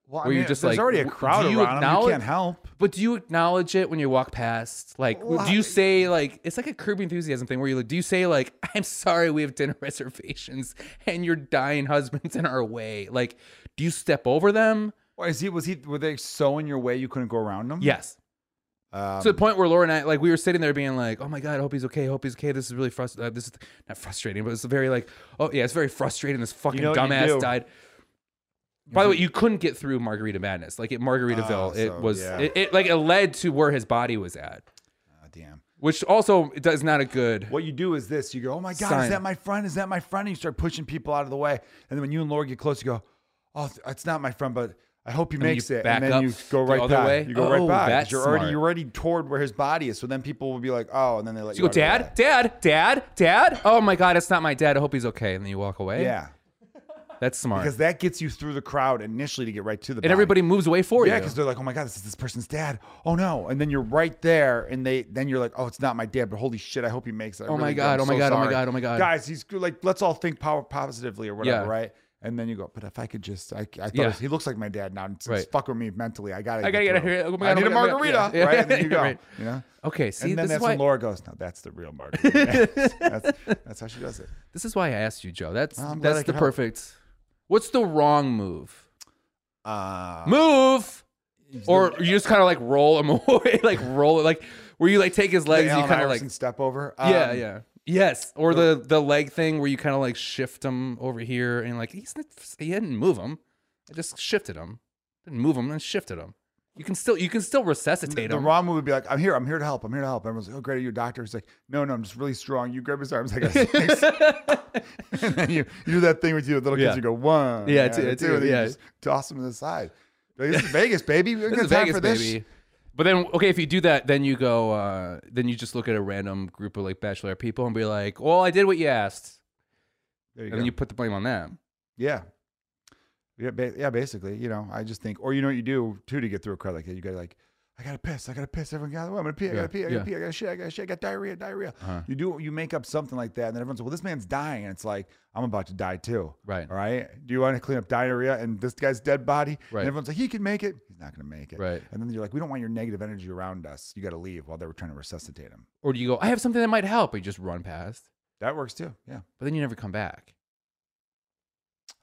Well, I where you're mean, just there's like, already a w- crowd do you around him. You acknowledge- can't help. But do you acknowledge it when you walk past? Like, Well, do you I- say like it's like a Kirby enthusiasm thing where you like, do you say like, (laughs) "I'm sorry, we have dinner (laughs) reservations, and your dying husband's in our way"? Like, do you step over them? Why is he? Was he? Were they so in your way you couldn't go around him? Yes. Mm-hmm. Um, to the point where Laura and I, like, we were sitting there being like, "Oh my god, I hope he's okay. I hope he's okay. This is really frustrating. Uh, this is not frustrating, but it's very like, oh yeah, it's very frustrating. This fucking know what you dumbass do. Mm-hmm. died." By the way, you couldn't get through Margarita Madness. Like at Margaritaville, Ah, it so, was yeah. it, it like it led to where his body was at. ah, damn. which also does not a good. What you do is this: you go, "Oh my god, Sign. is that my friend? Is that my friend?" And you start pushing people out of the way. And then when you and Laura get close, you go, "Oh, th- it's not my friend, but I hope he then makes you it." back And then up you go the right other back. way? You go Oh, right back. that's you're already smart. you're already toward where his body is. So then people will be like, "Oh," and then they let You you go, out of the Dad, way. Dad, Dad, Dad. Oh my God, it's not my dad. I hope he's okay. And then you walk away. Yeah, that's smart. because that gets you through the crowd initially to get right to the. and everybody moves away for Yeah, you. because they're like, "Oh my god, this is this person's dad." Oh no, and then you're right there, and they then you're like, "Oh, it's not my dad," but holy shit, I hope he makes it. I Oh my really do. God, I'm oh my so God, oh my sorry." God, oh my God. guys, he's good. like, let's all think power positively or whatever, Yeah. right? And then you go, "But if I could just, I, I thought Yeah. he looks like my dad now, and it's Right. fuck with me mentally. I gotta, I gotta get out of through. here. Oh my I God, oh need my a God, margarita, yeah, yeah, right? And (laughs) then you go, right. you know." okay, and see, then this is that's why when Laura goes, "No, that's the real margarita." (laughs) that's, that's how she does it. this is why I asked you, Joe. That's Well, I'm glad I that's the could help. perfect. What's the wrong move? Uh, Move, or you just kind of like roll him (laughs) away, like roll it, like where you (laughs) like take his the legs, and Allen you kind of like Iverson step over. Yeah, Um, yeah. Yes, or the the leg thing where you kind of like shift him over here and like he's not, he didn't move him, I just shifted him. Didn't move him and shifted him. You can still you can still resuscitate The (laughs) him. wrong move would be like, I'm here, I'm here to help, I'm here to help. Everyone's like, oh, great, are you a doctor? He's like, no, no, I'm just really strong. You grab his arms (laughs) like a And then you, you do that thing with you with little kids, Yeah. you go, one. Yeah, and two, then two, and then yeah. You just toss them to the side. Like, this is Vegas, baby. We're This going is to time Vegas, for this. baby. But then, okay, if you do that, then you go, uh, then you just look at a random group of like bachelor people and be like, "Well, I did what you asked," There you and go. then you put the blame on them. yeah. Yeah, ba- yeah, basically, you know, I just think, or you know what you do too to get through a crowd like that. You got to like, I got to piss, I got to piss. Everyone got, I'm going to pee, I got to pee, Yeah, I got to yeah. pee, I got to shit, I got to shit, I got diarrhea, diarrhea. Uh-huh. You do, you make up something like that. And then everyone's like, well, this man's dying. And it's like, I'm about to die too. Right. All right. Do you want to clean up diarrhea and this guy's dead body? Right. And everyone's like, he can make it. He's not going to make it. Right. And then you're like, we don't want your negative energy around us. You got to leave while they were trying to resuscitate him. Or do you go, "I have something that might help," but you just run past, That works too. Yeah. but then you never come back.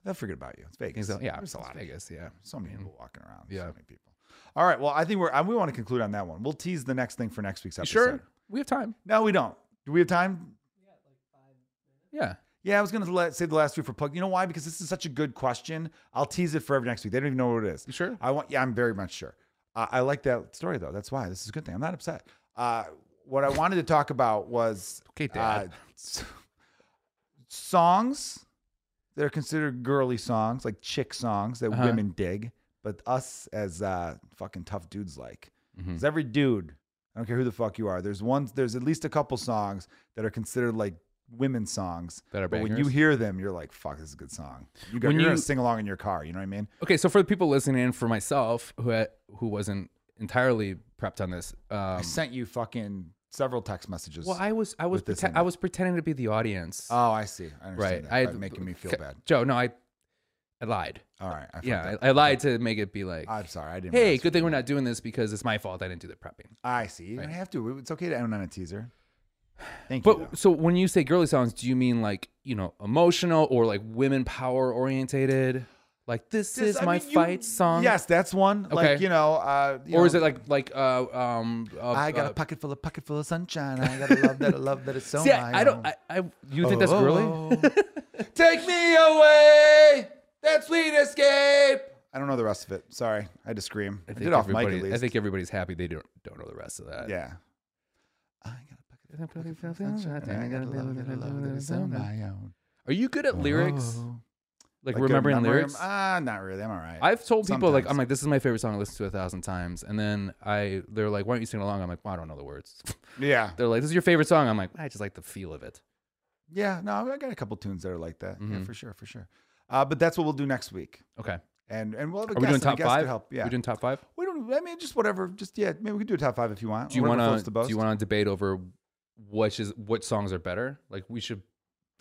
They'll forget about you. It's Vegas. Things like- yeah, There's a it's lot. Vegas, Of yeah. people. So many Mm. people walking around. So Yeah. many people. All right. Well, I think we're, I, we want to conclude on that one. We'll tease the next thing for next week's You episode. sure? We have time. No, we don't. Do we have time? Yeah. Yeah, I was going to let, save the last two for plug. You know why? Because this is such a good question. I'll tease it for every next week. They don't even know what it is. You sure? I want. Yeah, I'm very much sure. Uh, I like that story though. That's why this is a good thing. I'm not upset. Uh, what I wanted to talk about was Okay, uh, Dad. s- songs that are considered girly songs, like chick songs that Uh-huh. women dig, but us as uh, fucking tough dudes like. Mhm. Because every dude, I don't care who the fuck you are, there's one. There's at least a couple songs that are considered like women songs. That are But when you bangers? hear them, you're like, "Fuck, this is a good song." You got, When you're gonna you- sing along in your car. You know what I mean? Okay, so for the people listening, and for myself who had, who wasn't entirely prepped on this, um, I sent you fucking several text messages. well, I was I was with this prete- in I it. was pretending to be the audience. oh, I see. I understand right. That. I That making me feel K- bad. Joe, no, I I lied. All right. I fucked yeah, up. I, I lied to make it be like, I'm sorry. I didn't. hey, realize good you- thing we're not doing this because it's my fault. I didn't do the prepping. I see. You don't Right. have to. It's okay to end on a teaser. Thank you. But though. so when you say girly songs, do you mean like you know emotional or like women power orientated? Like this, This- is I my mean, you- fight song. Yes, that's one. Like Okay. you know. Uh, you Or know, is it like like uh um? Uh, I got a uh, pocket full of pocket full of sunshine. I got a love that I love (laughs) that it's so. See, my um, Oh, I, I own. don't. I, I you think that's girly? Take me away. That sweet escape. I don't know the rest of it. Sorry, I had to scream. I, I think did off mic everybody- at least. I think uh, everybody's happy they don't don't know the rest of that. yeah. I got a pocket full of pocket full of sunshine. and I got a love that I love that it's so my own. Are you good at lyrics? Oh. Like, Like, good remembering memory? lyrics? Ah, not really. I'm all right. I've told people like I'm Sometimes. like this is my favorite song I listen to a thousand times, and then I they're like why don't you sing along? I'm like well, I don't know the words. (laughs) yeah. they're like this is your favorite song. I'm like I just like the feel of it. Yeah. No, I got a couple tunes that are like that. Mm-hmm. Yeah, for sure, for sure. Uh, but that's what we'll do next week. Okay, are And and we'll have a we guest, doing and a top guest could five? help. Yeah. we doing top five. we don't I mean just whatever. Just yeah, maybe we could do a top five if you want. Do you whatever want floats to the do you boat. want to debate over which is what songs are better? Like we should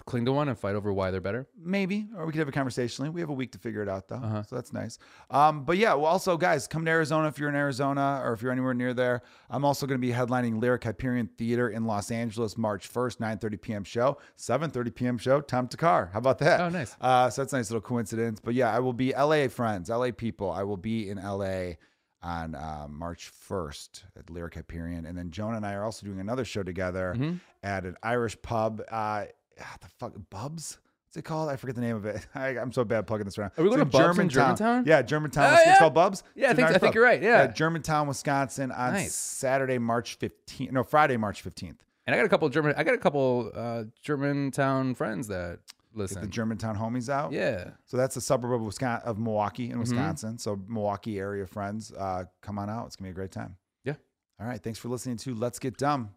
cling to one and fight over why they're better. Maybe, or we could have a conversation. We have a week to figure it out, though, Uh-huh. so that's nice. Um, but yeah, well, also, guys, come to Arizona if you're in Arizona or if you're anywhere near there. I'm also going to be headlining Lyric Hyperion Theater in Los Angeles, March 1st, 9:30 p.m. show, 7:30 p.m. show. Tom Takar, how about that? Oh, nice. Uh, so that's a nice little coincidence. But yeah, I will be LA friends, LA people. I will be in LA on uh, March 1st at Lyric Hyperion. And then Joan and I are also doing another show together Mm-hmm. at an Irish pub. Uh, ah, the fuck, Bubs? What's it called? I forget the name of it. (laughs) I, I'm so bad plugging this around. Are we going It's to Bubs in Germantown? Yeah, Germantown. Oh, Wisconsin. It's yeah. called Bubs? Yeah, It's I an think- Irish I think pub. you're right, yeah. Germantown, Wisconsin on Nice. Saturday, March 15th. No, Friday, March 15th. And I got a couple German I got a couple uh, Germantown friends that Get the listen. Germantown homies out. yeah. Mm-hmm. So that's a suburb of Wisconsin, of Milwaukee in Wisconsin. So Milwaukee area friends, uh, come on out. It's gonna be a great time. Yeah. All right. Thanks for listening to Let's Get Dumb.